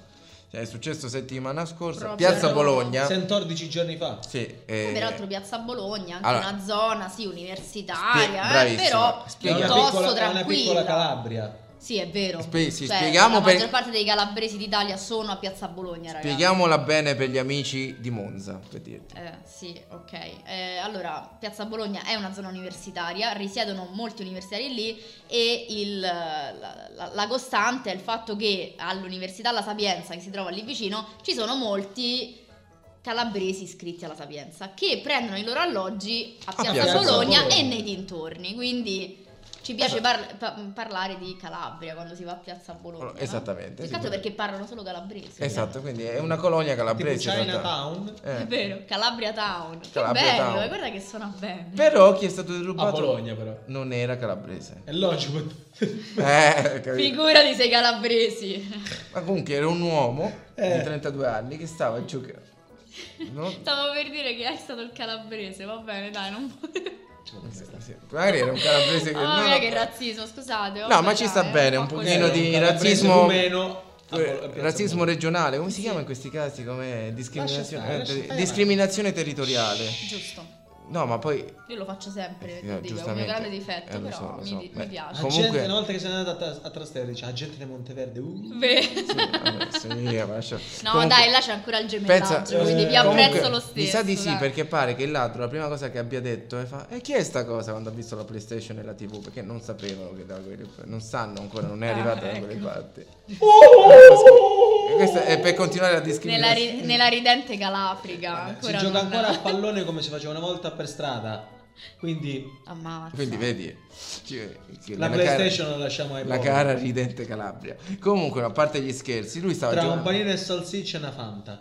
Speaker 2: Cioè, è successo settimana scorsa.
Speaker 4: Proprio
Speaker 2: Piazza
Speaker 4: a Roma.
Speaker 2: Bologna.
Speaker 3: 114 giorni fa.
Speaker 2: Sì,
Speaker 4: Poi,
Speaker 2: eh,
Speaker 4: Peraltro Piazza Bologna, anche
Speaker 2: allora-
Speaker 4: una zona sì universitaria,
Speaker 2: Spie-
Speaker 4: eh,
Speaker 2: bravissima.
Speaker 4: però
Speaker 3: Che è una
Speaker 2: Spieghiamo.
Speaker 4: piuttosto
Speaker 3: piccola, è una piccola
Speaker 4: tranquilla.
Speaker 3: Calabria.
Speaker 4: Sì, è vero.
Speaker 2: Spe- sì,
Speaker 4: Cioè,
Speaker 2: spieghiamo
Speaker 4: la
Speaker 2: per-
Speaker 4: maggior parte dei calabresi d'Italia sono a Piazza Bologna, ragazzi.
Speaker 2: Spieghiamola bene per gli amici di Monza, per dirti.
Speaker 4: Eh, sì, ok. Eh, allora, Piazza Bologna è una zona universitaria, risiedono molti universitari lì e il, eh, la, la- la costante è il fatto che all'Università La Sapienza, che si trova lì vicino, ci sono molti calabresi iscritti alla Sapienza che prendono i loro alloggi a Piazza,
Speaker 2: Piazza
Speaker 4: Bologna,
Speaker 3: Bologna.
Speaker 4: e nei dintorni, quindi... Ci piace par- pa- parlare di Calabria quando si va a Piazza Bologna. no?
Speaker 2: Esattamente, sì.
Speaker 4: Peccato perché parlano solo calabrese.
Speaker 2: Esatto, quindi è una colonia
Speaker 3: Tipo
Speaker 2: calabrese. in realtà.
Speaker 3: Chinatown
Speaker 2: Eh.
Speaker 4: È vero, Calabria Town.
Speaker 2: Calabria
Speaker 4: che bello,
Speaker 2: Town.
Speaker 4: eh, guarda che suona bene.
Speaker 2: Però chi è stato
Speaker 3: a
Speaker 2: derubato
Speaker 3: Ah, Bologna però.
Speaker 2: non era calabrese.
Speaker 3: È logico.
Speaker 2: Eh, capito?
Speaker 4: Figurati sei calabresi.
Speaker 2: Ma comunque era un uomo
Speaker 3: Eh.
Speaker 2: di 32 anni che stava giocando. No?
Speaker 4: Stavo per dire che è stato il calabrese, va bene, dai, non
Speaker 2: Sì, Magari era un calabrese che...
Speaker 4: Ah,
Speaker 2: no,
Speaker 4: mia,
Speaker 2: no.
Speaker 4: che razzismo, scusate.
Speaker 2: No,
Speaker 4: vabbè,
Speaker 2: ma ci sta
Speaker 4: dai, eh,
Speaker 2: bene,
Speaker 4: fa
Speaker 2: un
Speaker 4: così.
Speaker 2: pochino di-
Speaker 3: Era un Ah, calabrese
Speaker 2: razzismo- Eh,
Speaker 3: rumeno a Bol- a Piazza
Speaker 2: Razzismo
Speaker 3: Bologna.
Speaker 2: regionale, come si chiama in questi casi? Come discriminazione,
Speaker 3: stare,
Speaker 2: eh,
Speaker 3: lascia stare.
Speaker 2: discriminazione territoriale.
Speaker 4: Giusto.
Speaker 2: No, ma poi
Speaker 4: Io lo faccio
Speaker 2: Eh,
Speaker 4: sempre, ti dico, è un mio
Speaker 2: giustamente.
Speaker 4: grande difetto,
Speaker 2: Eh, lo
Speaker 4: però
Speaker 2: so, lo
Speaker 4: mi,
Speaker 2: so.
Speaker 4: mi
Speaker 2: Beh.
Speaker 3: La
Speaker 4: piace.
Speaker 3: gente,
Speaker 2: Comunque-
Speaker 3: una volta che sei andata a, Tra- a Trastevere dice, la gente di Monteverde, uh,
Speaker 4: Beh.
Speaker 2: Sì, vabbè, sì, via, ma lascia-
Speaker 4: No,
Speaker 2: Comunque-
Speaker 4: dai, là c'è ancora il gemellaggio,
Speaker 2: Pensa,
Speaker 4: quindi vi
Speaker 3: eh,
Speaker 4: apprezzo
Speaker 2: Comunque,
Speaker 4: lo stesso.
Speaker 2: Mi sa di sì,
Speaker 4: dai.
Speaker 2: perché pare che il ladro la prima cosa che abbia detto è fa E chi è sta cosa quando ha visto la PlayStation e la TV? Perché non sapevano che da quelle non sanno ancora, non è
Speaker 4: Ah,
Speaker 2: arrivata da
Speaker 4: ecco.
Speaker 2: quelle parti.
Speaker 3: Oh!
Speaker 2: E questo è per continuare a
Speaker 4: Nella,
Speaker 2: discriminare.
Speaker 4: ri- nella ridente Calafrica.
Speaker 3: Eh,
Speaker 2: Eh,
Speaker 3: si
Speaker 4: Ancora
Speaker 3: gioca
Speaker 4: non-
Speaker 3: ancora a pallone come si faceva una volta per strada. Quindi
Speaker 4: Ammazza.
Speaker 2: Quindi vedi, cioè, che
Speaker 3: la
Speaker 2: cara-
Speaker 3: PlayStation la lasciamo ai
Speaker 2: la
Speaker 3: poveri.
Speaker 2: cara ridente Calabria. Comunque, a parte gli scherzi, lui stava
Speaker 3: Tra un
Speaker 2: giocando.
Speaker 3: panino e salsiccia e una Fanta.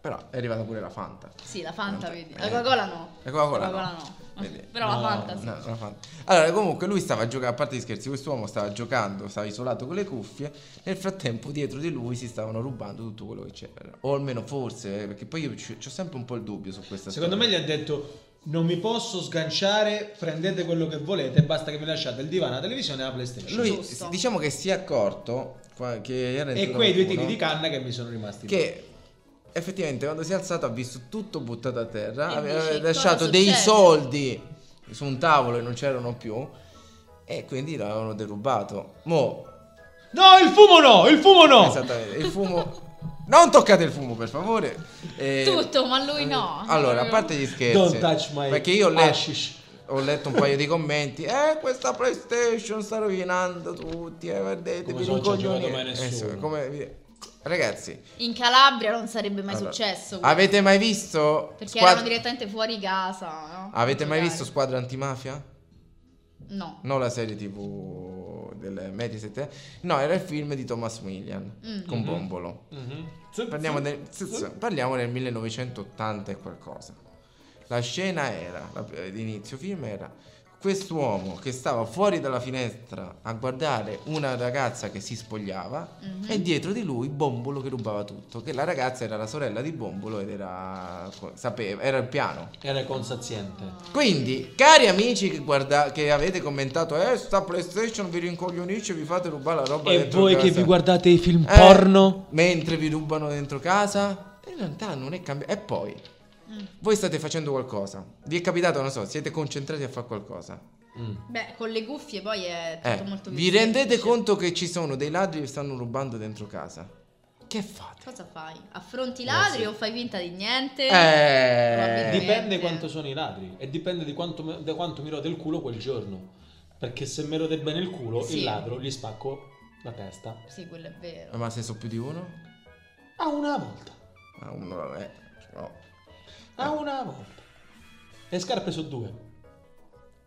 Speaker 2: Però è arrivata pure la Fanta.
Speaker 4: Sì, la Fanta,
Speaker 2: Fanta,
Speaker 4: vedi.
Speaker 2: eh.
Speaker 4: La Coca-Cola no.
Speaker 2: La Coca-Cola
Speaker 4: La Coca-Cola
Speaker 2: no.
Speaker 4: no.
Speaker 2: Vedi.
Speaker 4: Però
Speaker 3: No,
Speaker 4: la Fanta sì.
Speaker 2: No, non l'ha fatto. Allora, comunque lui stava giocando, a parte gli scherzi, quest'uomo stava giocando, stava isolato con le cuffie, nel frattempo dietro di lui si stavano rubando tutto quello che c'era. O almeno forse, eh, perché poi io ho sempre un po' il dubbio su questa
Speaker 3: Secondo me
Speaker 2: storia.
Speaker 3: gli ha detto non mi posso sganciare, prendete quello che volete, basta che mi lasciate il divano, la televisione e la PlayStation.
Speaker 2: Lui,
Speaker 4: Giusto.
Speaker 2: si- diciamo che si è accorto qua- che era
Speaker 3: e
Speaker 2: entrato
Speaker 3: quei due tipi
Speaker 2: qualcuno
Speaker 3: di canna che mi sono rimasti.
Speaker 2: che effettivamente quando si è alzato ha visto tutto buttato a terra,
Speaker 4: E
Speaker 2: aveva
Speaker 4: dice,
Speaker 2: lasciato
Speaker 4: "Cosa
Speaker 2: dei
Speaker 4: succede?"
Speaker 2: soldi su un tavolo e non c'erano più e quindi l'avevano derubato. Mo'
Speaker 3: No, il fumo no, il fumo no.
Speaker 2: Esattamente, il fumo. Non toccate il fumo, per favore. Eh,
Speaker 4: Tutto, ma lui no.
Speaker 2: Allora, a parte gli scherzi.
Speaker 3: Don't touch my
Speaker 2: Perché io ho letto,
Speaker 3: hashish.
Speaker 2: ho letto un paio di commenti. Eh, questa PlayStation sta rovinando tutti. Eh, guardate,
Speaker 3: Come
Speaker 2: vi
Speaker 3: se non ci ha giocato
Speaker 2: rincoglionite.
Speaker 3: mai nessuno.
Speaker 2: Eh, sì, come- Ragazzi,
Speaker 4: In Calabria non sarebbe mai
Speaker 2: allora,
Speaker 4: successo. questo,
Speaker 2: avete mai visto?
Speaker 4: Perché
Speaker 2: Ah, squad-
Speaker 4: erano direttamente fuori casa, no?
Speaker 2: Avete mai
Speaker 4: Magari.
Speaker 2: visto Squadra Antimafia?
Speaker 4: No.
Speaker 2: Non la serie tv del Mediaset. eh? No, era il film di Thomas Millian
Speaker 4: Mm.
Speaker 2: con
Speaker 3: Mhm.
Speaker 2: Bombolo. Parliamo del, z- z- parliamo del 1980 e qualcosa. La scena era, la- eh, l'inizio film era quest'uomo che stava fuori dalla finestra a guardare una ragazza che si spogliava
Speaker 4: Mhm.
Speaker 2: e dietro di lui Bombolo che rubava tutto, che la ragazza era la sorella di Bombolo ed era sapeva, era il piano.
Speaker 3: Era consaziente.
Speaker 2: Quindi, cari amici che, guarda- che avete commentato, eh, sta PlayStation vi rincoglionisce, vi fate rubare la roba
Speaker 3: E
Speaker 2: dentro
Speaker 3: voi
Speaker 2: casa."
Speaker 3: che vi guardate i film
Speaker 2: Eh,
Speaker 3: porno?
Speaker 2: mentre vi rubano dentro casa, in realtà non è cambiato. E poi,
Speaker 4: Mm.
Speaker 2: voi state facendo qualcosa, vi è capitato, non so, siete concentrati a fare qualcosa,
Speaker 3: Mm.
Speaker 4: Beh, con le cuffie poi è tutto
Speaker 2: Eh,
Speaker 4: molto più
Speaker 2: vi rendete
Speaker 4: semplice.
Speaker 2: conto che ci sono dei ladri che stanno rubando dentro casa? Che fate?
Speaker 4: Cosa fai? Affronti i ladri o fai finta di niente?
Speaker 2: Eh,
Speaker 4: Probabilmente.
Speaker 3: Dipende quanto sono i ladri e dipende di quanto, me- da quanto mi rode il culo quel giorno. Perché se mi rode bene il culo,
Speaker 4: Sì.
Speaker 3: il ladro gli spacco la testa
Speaker 4: Sì, quello è vero.
Speaker 2: Ma se sono più di uno?
Speaker 3: a una volta.
Speaker 2: Ah, uno, vabbè. No.
Speaker 3: A una volta. Eh. E scarpe su due.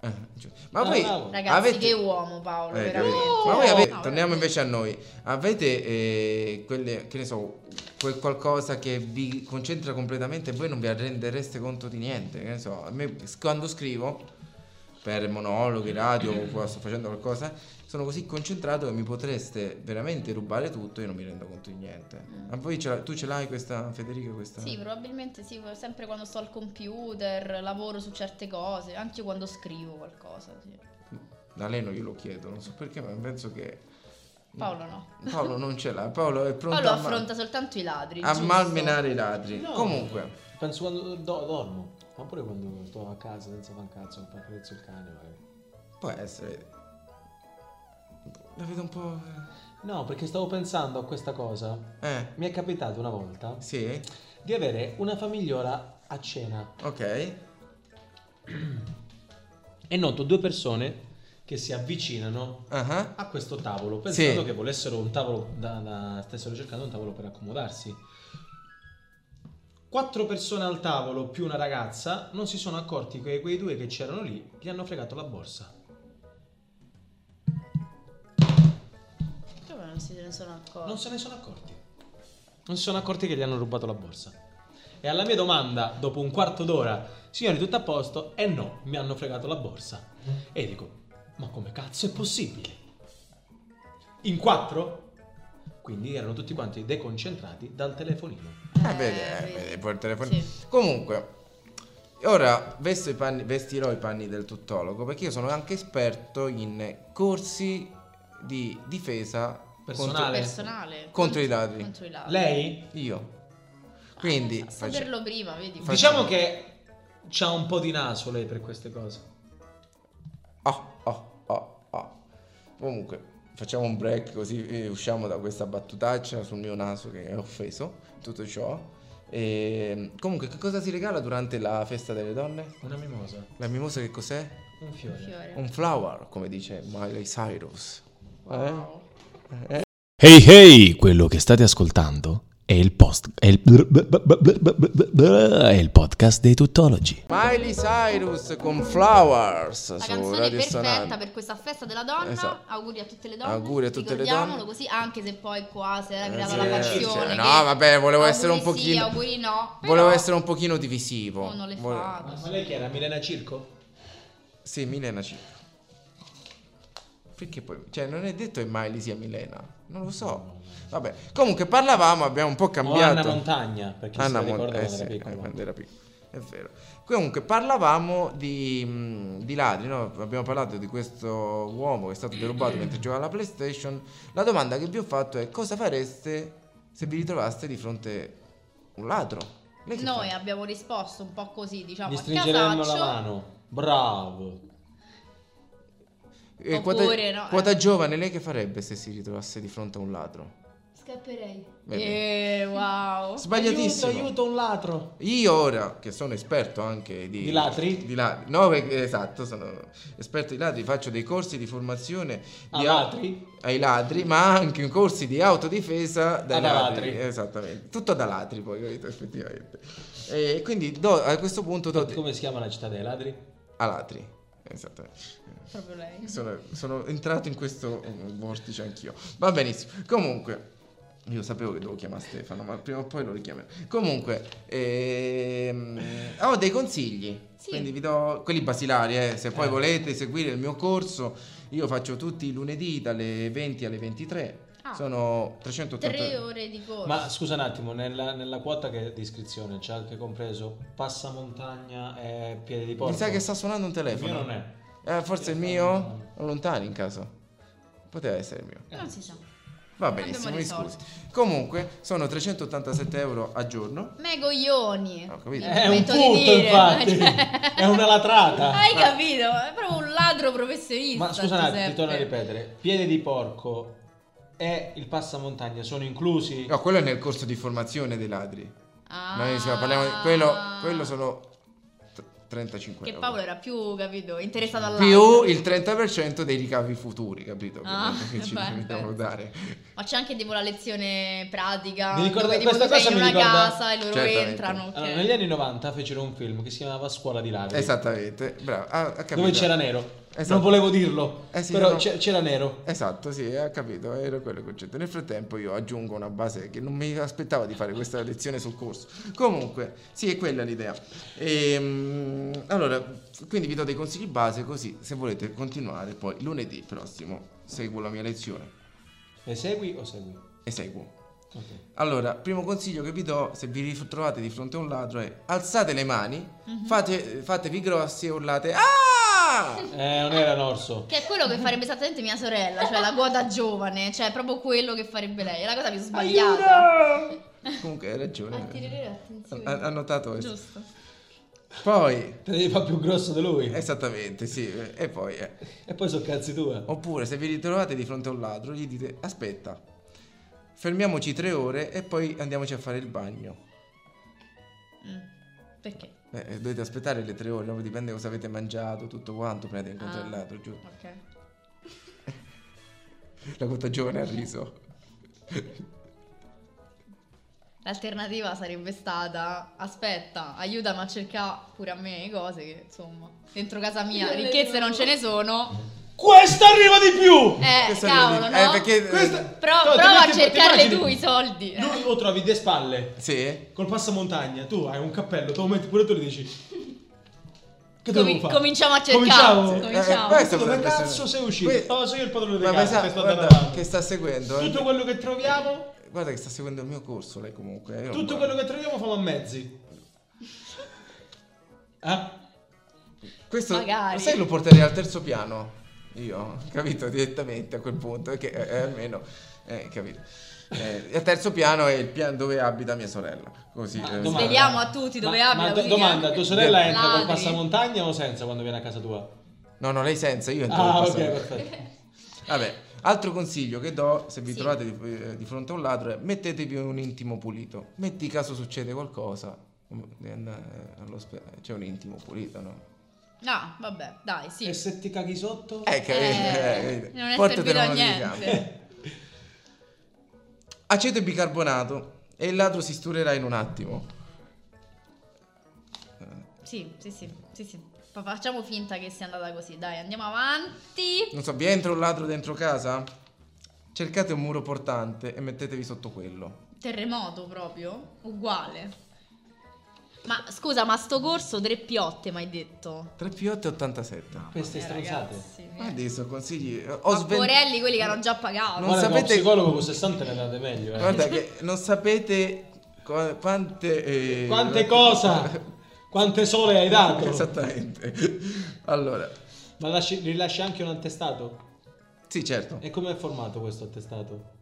Speaker 2: Eh, giù. Ma
Speaker 3: Ah,
Speaker 2: voi
Speaker 3: bravo.
Speaker 4: Ragazzi,
Speaker 2: avete...
Speaker 4: che uomo Paolo,
Speaker 2: Eh, capito?
Speaker 4: veramente.
Speaker 2: Ma voi avete,
Speaker 4: No,
Speaker 2: torniamo
Speaker 4: veramente.
Speaker 2: invece a noi. Avete eh, quelle, che ne so, quel qualcosa che vi concentra completamente e voi non vi rendereste conto di niente. Che ne so, a me s- quando scrivo per monologhi, radio,
Speaker 4: Mm.
Speaker 2: o qua sto facendo qualcosa, sono così concentrato che mi potreste veramente rubare tutto e io non mi rendo conto di niente.
Speaker 4: Mm.
Speaker 2: A voi ce l'ha- tu ce l'hai questa Federica questa?
Speaker 4: Sì, probabilmente sì, sempre quando sto al computer, lavoro su certe cose, anche quando scrivo qualcosa, sì.
Speaker 2: Mm. Da lei non glielo chiedo, non so perché, ma penso che
Speaker 4: Paolo no.
Speaker 2: Paolo non ce l'ha. Paolo è pronto
Speaker 4: Paolo
Speaker 2: a, ma-
Speaker 4: affronta soltanto i ladri.
Speaker 2: a
Speaker 4: giusto?
Speaker 2: malmenare i ladri.
Speaker 3: No.
Speaker 2: Comunque.
Speaker 3: Penso quando do- dormo. Ma pure quando sto a casa senza fare un cazzo, mi accarezzo il cane magari.
Speaker 2: Può essere. La vedo un po'.
Speaker 3: No, perché stavo pensando a questa cosa.
Speaker 2: Eh,
Speaker 3: Mi è capitato una volta
Speaker 2: sì,
Speaker 3: di avere una famigliola a cena
Speaker 2: ok.
Speaker 3: e noto due persone che si avvicinano
Speaker 2: Ah,
Speaker 3: a questo tavolo pensando
Speaker 2: Sì.
Speaker 3: che volessero un tavolo da, da- stessero cercando un tavolo per accomodarsi quattro persone al tavolo più una ragazza non si sono accorti che quei due che c'erano lì gli hanno fregato la borsa
Speaker 4: Come non se ne sono accorti?
Speaker 3: non se ne sono accorti non si sono accorti che gli hanno rubato la borsa e alla mia domanda dopo un quarto d'ora signori tutto a posto e no mi hanno fregato la borsa
Speaker 2: Mm.
Speaker 3: e dico ma come cazzo è possibile in quattro quindi erano tutti quanti deconcentrati dal telefonino
Speaker 2: Eh, vedi, eh, vedi, poi il telefono. Comunque, ora vesto i panni- vestirò i panni del tuttologo perché io sono anche esperto in corsi di difesa
Speaker 3: Personale.
Speaker 4: Personale.
Speaker 2: Contro i ladri.
Speaker 4: Contro i ladri.
Speaker 3: lei
Speaker 2: contro- Io. Quindi,
Speaker 4: Ah,
Speaker 2: faccio-
Speaker 4: saperlo prima, vedi.
Speaker 2: Faccia-
Speaker 3: diciamo che c'ha un po' di naso lei per queste cose
Speaker 2: Oh, oh, oh, oh. Comunque, facciamo un break così eh, usciamo da questa battutaccia sul mio naso che è offeso, tutto ciò. E, comunque, che cosa si regala durante la festa delle donne?
Speaker 3: una mimosa
Speaker 2: La mimosa che cos'è?
Speaker 3: un fiore
Speaker 4: Fiore.
Speaker 2: Un flower, come dice Miley Cyrus. Eh?
Speaker 4: Wow.
Speaker 1: Hey hey, quello che state ascoltando è il post è il, è il podcast dei tuttologi.
Speaker 2: Miley Cyrus con Flowers
Speaker 4: La
Speaker 2: su
Speaker 4: canzone
Speaker 2: Radio
Speaker 4: perfetta
Speaker 2: Sonata.
Speaker 4: per questa festa della donna.
Speaker 2: Esatto.
Speaker 4: Auguri a tutte le donne.
Speaker 2: Auguri a tutte le
Speaker 4: Ricordiamolo
Speaker 2: donne.
Speaker 4: così, anche se poi qua si era
Speaker 2: Eh,
Speaker 4: creata
Speaker 2: sì,
Speaker 4: la
Speaker 2: sì,
Speaker 4: fazione.
Speaker 2: no,
Speaker 4: che
Speaker 2: vabbè, volevo essere un
Speaker 4: auguri Sì,
Speaker 2: pochino-
Speaker 4: auguri no. però
Speaker 2: Volevo essere un pochino divisivo.
Speaker 4: no, non le
Speaker 2: Vole-
Speaker 4: fate.
Speaker 3: ma ma lei che era Milena Circo?
Speaker 2: Sì, Milena Circo. Perché poi... Cioè, non è detto che Miley sia Milena. Non lo so. Vabbè. Comunque parlavamo, abbiamo un po'
Speaker 3: o
Speaker 2: cambiato.
Speaker 3: Anna Montagna perché
Speaker 2: Anna
Speaker 3: se la
Speaker 2: Mon-
Speaker 3: ricorda
Speaker 2: eh
Speaker 3: quando
Speaker 2: sì,
Speaker 3: era
Speaker 2: eh,
Speaker 3: piccola
Speaker 2: quando era piccola. È vero. Comunque parlavamo di, mh, di ladri, no? abbiamo parlato di questo uomo che è stato derubato mentre giocava alla PlayStation. La domanda che vi ho fatto è cosa fareste se vi ritrovaste di fronte un ladro? Lei che
Speaker 4: Noi
Speaker 2: fa?
Speaker 4: abbiamo risposto un po' così, diciamo,
Speaker 3: Gli
Speaker 4: a
Speaker 3: stringeremmo
Speaker 4: casaccio.
Speaker 3: la mano. Bravo.
Speaker 2: Eh,
Speaker 4: Oppure no, eh.
Speaker 2: quota giovane, lei che farebbe se si ritrovasse di fronte a un ladro?
Speaker 4: Scapperei.
Speaker 2: Vedi?
Speaker 4: Eh, wow.
Speaker 2: Sbagliatissimo.
Speaker 3: Aiuto, aiuto un ladro.
Speaker 2: Io ora, che sono esperto anche di...
Speaker 3: Di ladri?
Speaker 2: Di ladri. No, perché- esatto, sono esperto di ladri, faccio dei corsi di formazione
Speaker 3: A
Speaker 2: di
Speaker 3: ladri?
Speaker 2: ai ladri, ma anche in corsi di autodifesa dai
Speaker 3: Ad
Speaker 2: ladri.
Speaker 3: alatri.
Speaker 2: Esattamente, tutto da ladri poi, capito, effettivamente. E quindi do- a questo punto do...
Speaker 3: Come si chiama la città dei ladri?
Speaker 2: A ladri, esattamente.
Speaker 4: Proprio lei.
Speaker 2: Sono, sono entrato in questo eh, vortice anch'io. Va benissimo. Comunque, Io sapevo che dovevo chiamare Stefano, ma prima o poi lo richiamerò. Comunque, ehm, ho dei consigli.
Speaker 4: Sì.
Speaker 2: Quindi vi do quelli basilari. eh. Se poi volete seguire il mio corso, io faccio tutti i lunedì dalle 20 alle 23.
Speaker 4: Ah.
Speaker 2: Sono 380
Speaker 4: Tre ore di corso.
Speaker 3: Ma scusa un attimo, nella, nella quota che di iscrizione c'è anche compreso passamontagna e piedi di porco?
Speaker 2: Mi sa che sta suonando un
Speaker 3: Il mio
Speaker 2: telefono.
Speaker 3: non è.
Speaker 2: Eh, forse il mio? Lontano in caso. Poteva essere il mio.
Speaker 4: Eh, Non si sa.
Speaker 2: Va
Speaker 4: Abbiamo
Speaker 2: benissimo, mi
Speaker 4: risolto.
Speaker 2: scusi. Comunque, sono 387 euro al giorno.
Speaker 4: Me coglioni.
Speaker 2: Ho capito.
Speaker 4: Mi
Speaker 3: È un
Speaker 4: permetto di
Speaker 3: punto,
Speaker 4: dire,
Speaker 3: infatti.
Speaker 4: cioè.
Speaker 3: È una latrata.
Speaker 4: Hai capito? È proprio un ladro professionista.
Speaker 3: Ma scusa un attimo, ti torno a
Speaker 4: Giuseppe.
Speaker 3: ripetere. Piede di porco e il passamontagna sono inclusi?
Speaker 2: No, quello è nel corso di formazione dei ladri.
Speaker 4: Ah.
Speaker 2: Noi diceva, parliamo di quello, quello sono t- 35
Speaker 4: Che
Speaker 2: euro.
Speaker 4: Paolo era più, capito, interessato all'altro.
Speaker 2: più il 30% dei ricavi futuri, capito?
Speaker 4: Ah,
Speaker 2: Ovviamente, che ci
Speaker 4: beh,
Speaker 2: dobbiamo
Speaker 4: beh.
Speaker 2: dare.
Speaker 4: Ma c'è anche tipo la lezione pratica.
Speaker 3: Mi ricorda-
Speaker 4: dove tipo
Speaker 3: questa
Speaker 4: tu sei
Speaker 3: cosa
Speaker 4: in
Speaker 3: mi
Speaker 4: una
Speaker 3: ricorda-
Speaker 4: casa e loro
Speaker 2: Certamente.
Speaker 4: entrano. ok.
Speaker 3: Allora, negli anni 90 fecero un film che si chiamava Scuola di ladri.
Speaker 2: Esatto. Esattamente, bravo. Ah, ha- ha capito.
Speaker 3: Dove c'era nero.
Speaker 2: Esatto.
Speaker 3: Non volevo dirlo,
Speaker 2: Eh sì,
Speaker 3: però
Speaker 2: no.
Speaker 3: c'è- c'era nero.
Speaker 2: Esatto, sì, ha capito, era quello il concetto. Nel frattempo io aggiungo una base che non mi aspettavo di fare questa lezione sul corso. Comunque, sì, è quella l'idea. Ehm, allora, quindi vi do dei consigli base così, se volete continuare, poi lunedì prossimo seguo la mia lezione
Speaker 3: Le segui o segui?
Speaker 2: e seguo.
Speaker 3: Ok.
Speaker 2: Allora, primo consiglio che vi do se vi ritrovate di fronte a un ladro è alzate le mani, fate- fatevi grossi e urlate Ah!
Speaker 3: Eh, non era un orso.
Speaker 4: Che è quello che farebbe esattamente mia sorella, cioè la guada giovane, cioè è proprio quello che farebbe lei. È la cosa più sbagliata.
Speaker 2: Comunque hai ragione.
Speaker 4: Attirare
Speaker 2: Ha,
Speaker 4: l'attenzione.
Speaker 2: ha notato questo.
Speaker 4: Giusto.
Speaker 2: Poi,
Speaker 3: Te devi fare più grosso di lui.
Speaker 2: esattamente, sì, e poi... eh.
Speaker 3: E poi sono cazzi tua.
Speaker 2: Oppure se vi ritrovate di fronte a un ladro gli dite aspetta, fermiamoci tre ore e poi andiamoci a fare il bagno.
Speaker 4: Mm. Perché?
Speaker 2: Eh, eh, dovete aspettare le tre ore, no? dipende cosa avete mangiato, tutto quanto, prima di incontrare
Speaker 4: Ah.
Speaker 2: il ladro, giù.
Speaker 4: Ok.
Speaker 2: La contagione ha riso.
Speaker 4: L'alternativa sarebbe stata aspetta, aiutami a cercare pure a me cose che insomma, dentro casa mia
Speaker 5: Io le
Speaker 4: ricchezze non
Speaker 5: trovo.
Speaker 4: ce ne sono.
Speaker 3: Questa arriva di più!
Speaker 4: Eh,
Speaker 2: Questo
Speaker 4: cavolo,
Speaker 2: arriva di-
Speaker 4: no?
Speaker 2: eh, perché...
Speaker 3: Questa-
Speaker 4: Pro-
Speaker 3: Cioè, ti
Speaker 4: prova a
Speaker 3: metti- ti
Speaker 4: cercarle
Speaker 3: immagini-
Speaker 4: tu i soldi. Eh.
Speaker 3: Lui lo trovi di spalle,
Speaker 2: Sì? Eh,
Speaker 3: col passamontagna, tu hai un cappello, te lo metti pure tu e gli dici... Che
Speaker 4: Comi-
Speaker 3: dobbiamo fare?
Speaker 4: cominciamo a cercare.
Speaker 3: Cominciamo.
Speaker 4: Sì. Cominciamo.
Speaker 2: eh, questo
Speaker 3: Dove
Speaker 2: potrebbe
Speaker 3: cazzo
Speaker 2: essere-
Speaker 3: sei uscito?
Speaker 2: Que-
Speaker 3: Oh, sono io il padrone di
Speaker 2: Ma
Speaker 3: casa,
Speaker 2: sa-
Speaker 3: che sto andando
Speaker 2: guarda,
Speaker 3: avanti.
Speaker 2: che sta seguendo. eh.
Speaker 3: Tutto quello che troviamo,
Speaker 2: Guarda che sta seguendo il mio corso, lei comunque. eh, io
Speaker 3: tutto
Speaker 2: non-
Speaker 3: quello che troviamo famo a mezzi. Eh?
Speaker 2: Questo
Speaker 4: Magari.
Speaker 2: sai lo porterei al terzo piano. Io, capito, direttamente a quel punto, che eh, eh, almeno eh, capito. Eh, il terzo piano è il piano dove abita mia sorella. Così
Speaker 3: Ma
Speaker 4: Ah,
Speaker 2: eh,
Speaker 3: domanda.
Speaker 4: Svegliamo a tutti dove
Speaker 3: Ma-
Speaker 4: abita,
Speaker 3: ma do-
Speaker 4: così
Speaker 3: domanda,
Speaker 4: che-
Speaker 3: tua sorella entra col
Speaker 4: Ladri.
Speaker 3: passamontagna o senza quando viene a casa tua?
Speaker 2: No, no, lei senza, io entro
Speaker 3: Ah,
Speaker 2: nel
Speaker 3: ok,
Speaker 2: passato.
Speaker 3: perfetto.
Speaker 2: Vabbè, altro consiglio che do se vi
Speaker 4: Sì.
Speaker 2: trovate di, eh, di fronte a un ladro è mettetevi un intimo pulito. Metti caso succede qualcosa, eh, devi andare all'ospedale. C'è un intimo pulito, no?
Speaker 4: No, vabbè, dai, sì.
Speaker 3: E se ti caghi sotto?
Speaker 2: Eh, capito? Eh,
Speaker 4: Eh, non è
Speaker 2: portatelo
Speaker 4: servito a
Speaker 2: uno di fianco.
Speaker 4: niente.
Speaker 3: Eh,
Speaker 2: Aceto e bicarbonato e il ladro si sturerà in un attimo.
Speaker 4: Sì, sì, sì, sì, sì. Fa- Facciamo finta che sia andata così, dai, andiamo avanti.
Speaker 2: Non so, vi entra un ladro dentro casa? Cercate un muro portante e mettetevi sotto quello.
Speaker 4: Terremoto proprio, uguale. Ma scusa, ma sto corso tre piotte, mi hai detto.
Speaker 2: 3 più 8 è 87.
Speaker 3: Queste
Speaker 4: Eh,
Speaker 3: stronzate.
Speaker 4: ragazzi,
Speaker 2: Ma
Speaker 4: miei.
Speaker 2: adesso consigli. eh, Ho
Speaker 4: Ma
Speaker 2: sven-
Speaker 4: Porelli, quelli che hanno già pagato.
Speaker 2: Non
Speaker 3: Guarda, che
Speaker 2: sapete-
Speaker 3: un psicologo con 60 ne andate meglio, eh.
Speaker 2: Guarda che non sapete qua- quante... eh,
Speaker 3: Quante cosa? Quante sole hai dato?
Speaker 2: Esatto. Esattamente. Allora,
Speaker 3: Ma lasci- rilasci anche un attestato?
Speaker 2: sì certo.
Speaker 3: E come è formato questo attestato?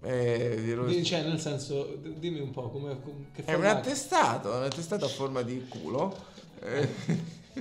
Speaker 2: Eh, glielo-
Speaker 3: Di- Cioè, nel senso, d- dimmi un po' come com- che
Speaker 2: È un
Speaker 3: formato-
Speaker 2: attestato, un attestato a forma di culo. Eh,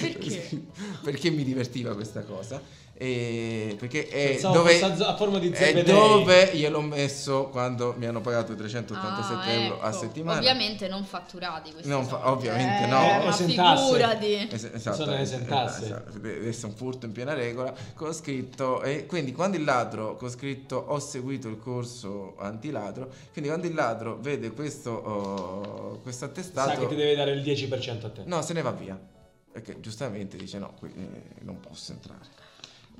Speaker 4: Perché?
Speaker 2: perché mi divertiva questa cosa? Eh, perché è
Speaker 3: Pensavo
Speaker 2: dove,
Speaker 3: fosse a- a forma di
Speaker 2: è
Speaker 3: zebedei.
Speaker 2: dove gliel'ho messo quando mi hanno pagato i 387
Speaker 4: Ah,
Speaker 2: euro a
Speaker 4: ecco.
Speaker 2: settimana.
Speaker 4: Ovviamente non fatturati questi
Speaker 2: Non fa-
Speaker 4: soldi.
Speaker 2: ovviamente
Speaker 4: Eh,
Speaker 2: no.
Speaker 4: Ma
Speaker 3: Esentasse.
Speaker 4: figurati.
Speaker 2: Es- esatto,
Speaker 3: Sono
Speaker 2: eh,
Speaker 3: esentasse.
Speaker 2: esatto, deve essere un furto in piena regola. Con scritto, e quindi quando il ladro, con scritto ho seguito il corso antiladro. Quindi quando il ladro vede questo, oh, questo
Speaker 3: Sa
Speaker 2: attestato,
Speaker 3: che ti deve dare il 10% a te.
Speaker 2: No, se ne va via. Perché giustamente dice no, qui eh, non posso entrare.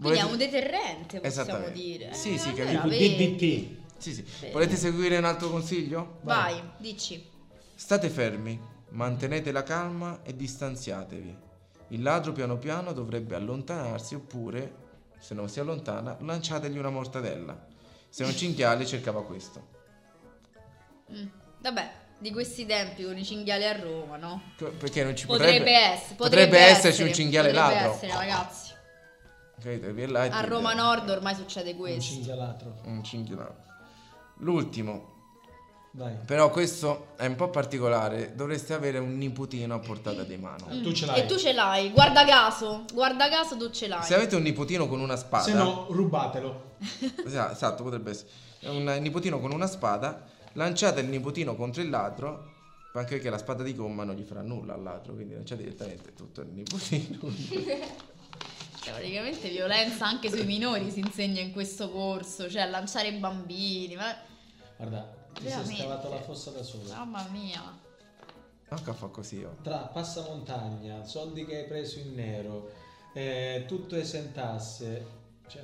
Speaker 4: Quindi
Speaker 2: Volete-
Speaker 4: è un deterrente, possiamo
Speaker 2: Esattamente.
Speaker 4: dire. Eh,
Speaker 2: Sì, sì,
Speaker 4: allora,
Speaker 2: capito.
Speaker 3: Tipo
Speaker 4: vedi.
Speaker 3: DDT.
Speaker 2: Sì, sì.
Speaker 4: Bene.
Speaker 2: Volete seguire un altro consiglio?
Speaker 4: Vai, dici.
Speaker 2: State fermi, mantenete la calma e distanziatevi. Il ladro piano piano dovrebbe allontanarsi oppure, se non si allontana, lanciategli una mortadella. Se un cinghiale cercava questo.
Speaker 4: Mm, Vabbè, di questi tempi con i cinghiali a Roma, no?
Speaker 2: Co- Perché non ci
Speaker 4: Potrebbe,
Speaker 2: potrebbe,
Speaker 4: essere,
Speaker 2: potrebbe esserci un cinghiale
Speaker 4: potrebbe
Speaker 2: ladro. Eh,
Speaker 4: essere, ragazzi.
Speaker 2: Capito? Che là è
Speaker 4: A
Speaker 2: tutto.
Speaker 4: Roma Nord ormai succede
Speaker 3: Un
Speaker 4: questo.
Speaker 3: cinghialatro.
Speaker 2: Un cinghiale. L'ultimo,
Speaker 3: Dai.
Speaker 4: Mm.
Speaker 2: però questo è un po' particolare, dovreste avere un nipotino a portata di mano.
Speaker 3: Tu ce l'hai.
Speaker 4: E tu ce l'hai, guarda caso, guarda caso tu ce l'hai.
Speaker 2: Se avete un nipotino con una spada,
Speaker 3: Se no, rubatelo.
Speaker 2: Esa- Esatto, potrebbe essere. Un nipotino con una spada, lanciate il nipotino contro il ladro, anche perché la spada di gomma non gli farà nulla al ladro, quindi lanciate direttamente tutto il nipotino.
Speaker 4: Teoricamente Cioè, violenza anche sui minori si insegna in questo corso, cioè lanciare i bambini, ma...
Speaker 3: Guarda, ti
Speaker 4: Veramente.
Speaker 3: sei scavato la fossa da sola.
Speaker 4: Mamma mia.
Speaker 2: Non che fa così oh.
Speaker 3: Tra passamontagna, soldi che hai preso in nero, eh, tutto esentasse. Cioè,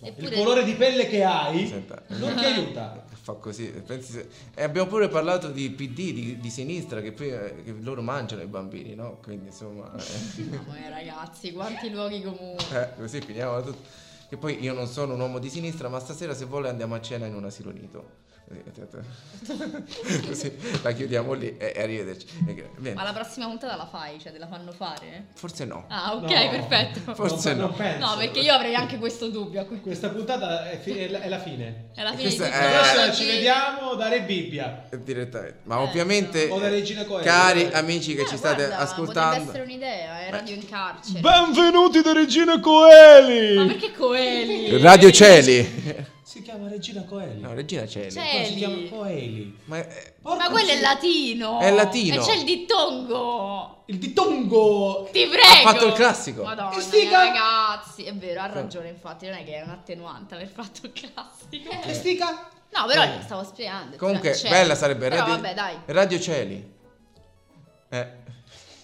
Speaker 3: il
Speaker 4: Eppure-
Speaker 3: colore di pelle che hai
Speaker 2: Senta.
Speaker 3: non ti aiuta.
Speaker 2: Che Fa così. Pensi se- E abbiamo pure parlato di PD, di, di sinistra, che, poi, eh, che loro mangiano i bambini, no? Quindi insomma... eh.
Speaker 4: Mamma mia ragazzi, quanti luoghi comuni.
Speaker 2: Eh, così finiamo tutto. Che poi io non sono un uomo di sinistra, ma stasera se vuole andiamo a cena in un asilo nido. Eh, Così, eh. così la chiudiamo lì e, e arrivederci. E che- bene.
Speaker 4: Ma la prossima puntata la fai, cioè te la fanno fare?
Speaker 2: Forse no.
Speaker 4: Ah, ok,
Speaker 3: No.
Speaker 4: perfetto.
Speaker 2: Forse
Speaker 3: Non-
Speaker 2: no.
Speaker 3: non penso.
Speaker 4: No, perché io avrei anche questo dubbio. a que-
Speaker 3: Questa puntata è, fi- è la- è la fine.
Speaker 4: È la fine
Speaker 2: Questa
Speaker 4: di
Speaker 2: Eh.
Speaker 3: La
Speaker 4: tutto.
Speaker 3: prossima
Speaker 4: Oggi-
Speaker 3: ci vediamo da Re Bibbia.
Speaker 2: Direttamente. Ma
Speaker 4: Eh,
Speaker 2: ovviamente,
Speaker 3: no. O da Regina Coeli.
Speaker 2: cari amici che
Speaker 4: Eh,
Speaker 2: ci state
Speaker 4: guarda, Potrebbe
Speaker 2: ascoltando,
Speaker 4: essere un'idea, è radio in carcere.
Speaker 1: Benvenuti da Regina
Speaker 4: Ma
Speaker 1: Coeli!
Speaker 4: perché Coeli?
Speaker 2: Radio Celi.
Speaker 3: Si chiama Regina Coeli.
Speaker 2: No, Regina Celi.
Speaker 4: Celi.
Speaker 3: No, si chiama Coeli.
Speaker 2: Ma eh,
Speaker 4: Ma quello è latino.
Speaker 2: È latino.
Speaker 4: E c'è il dittongo.
Speaker 3: Il dittongo.
Speaker 4: Ti prego.
Speaker 2: Ha fatto il classico.
Speaker 4: Madonna,
Speaker 3: E stica?
Speaker 4: mia, ragazzi. È vero, ha ragione, infatti, non è che è un'attenuante aver fatto il classico.
Speaker 3: Eh, Stica. Eh.
Speaker 4: No, però gli stavo spiegando.
Speaker 2: Eh. comunque,
Speaker 4: cioè,
Speaker 2: bella sarebbe
Speaker 4: Però
Speaker 2: radio,
Speaker 4: vabbè, dai.
Speaker 2: radio Celi. Eh.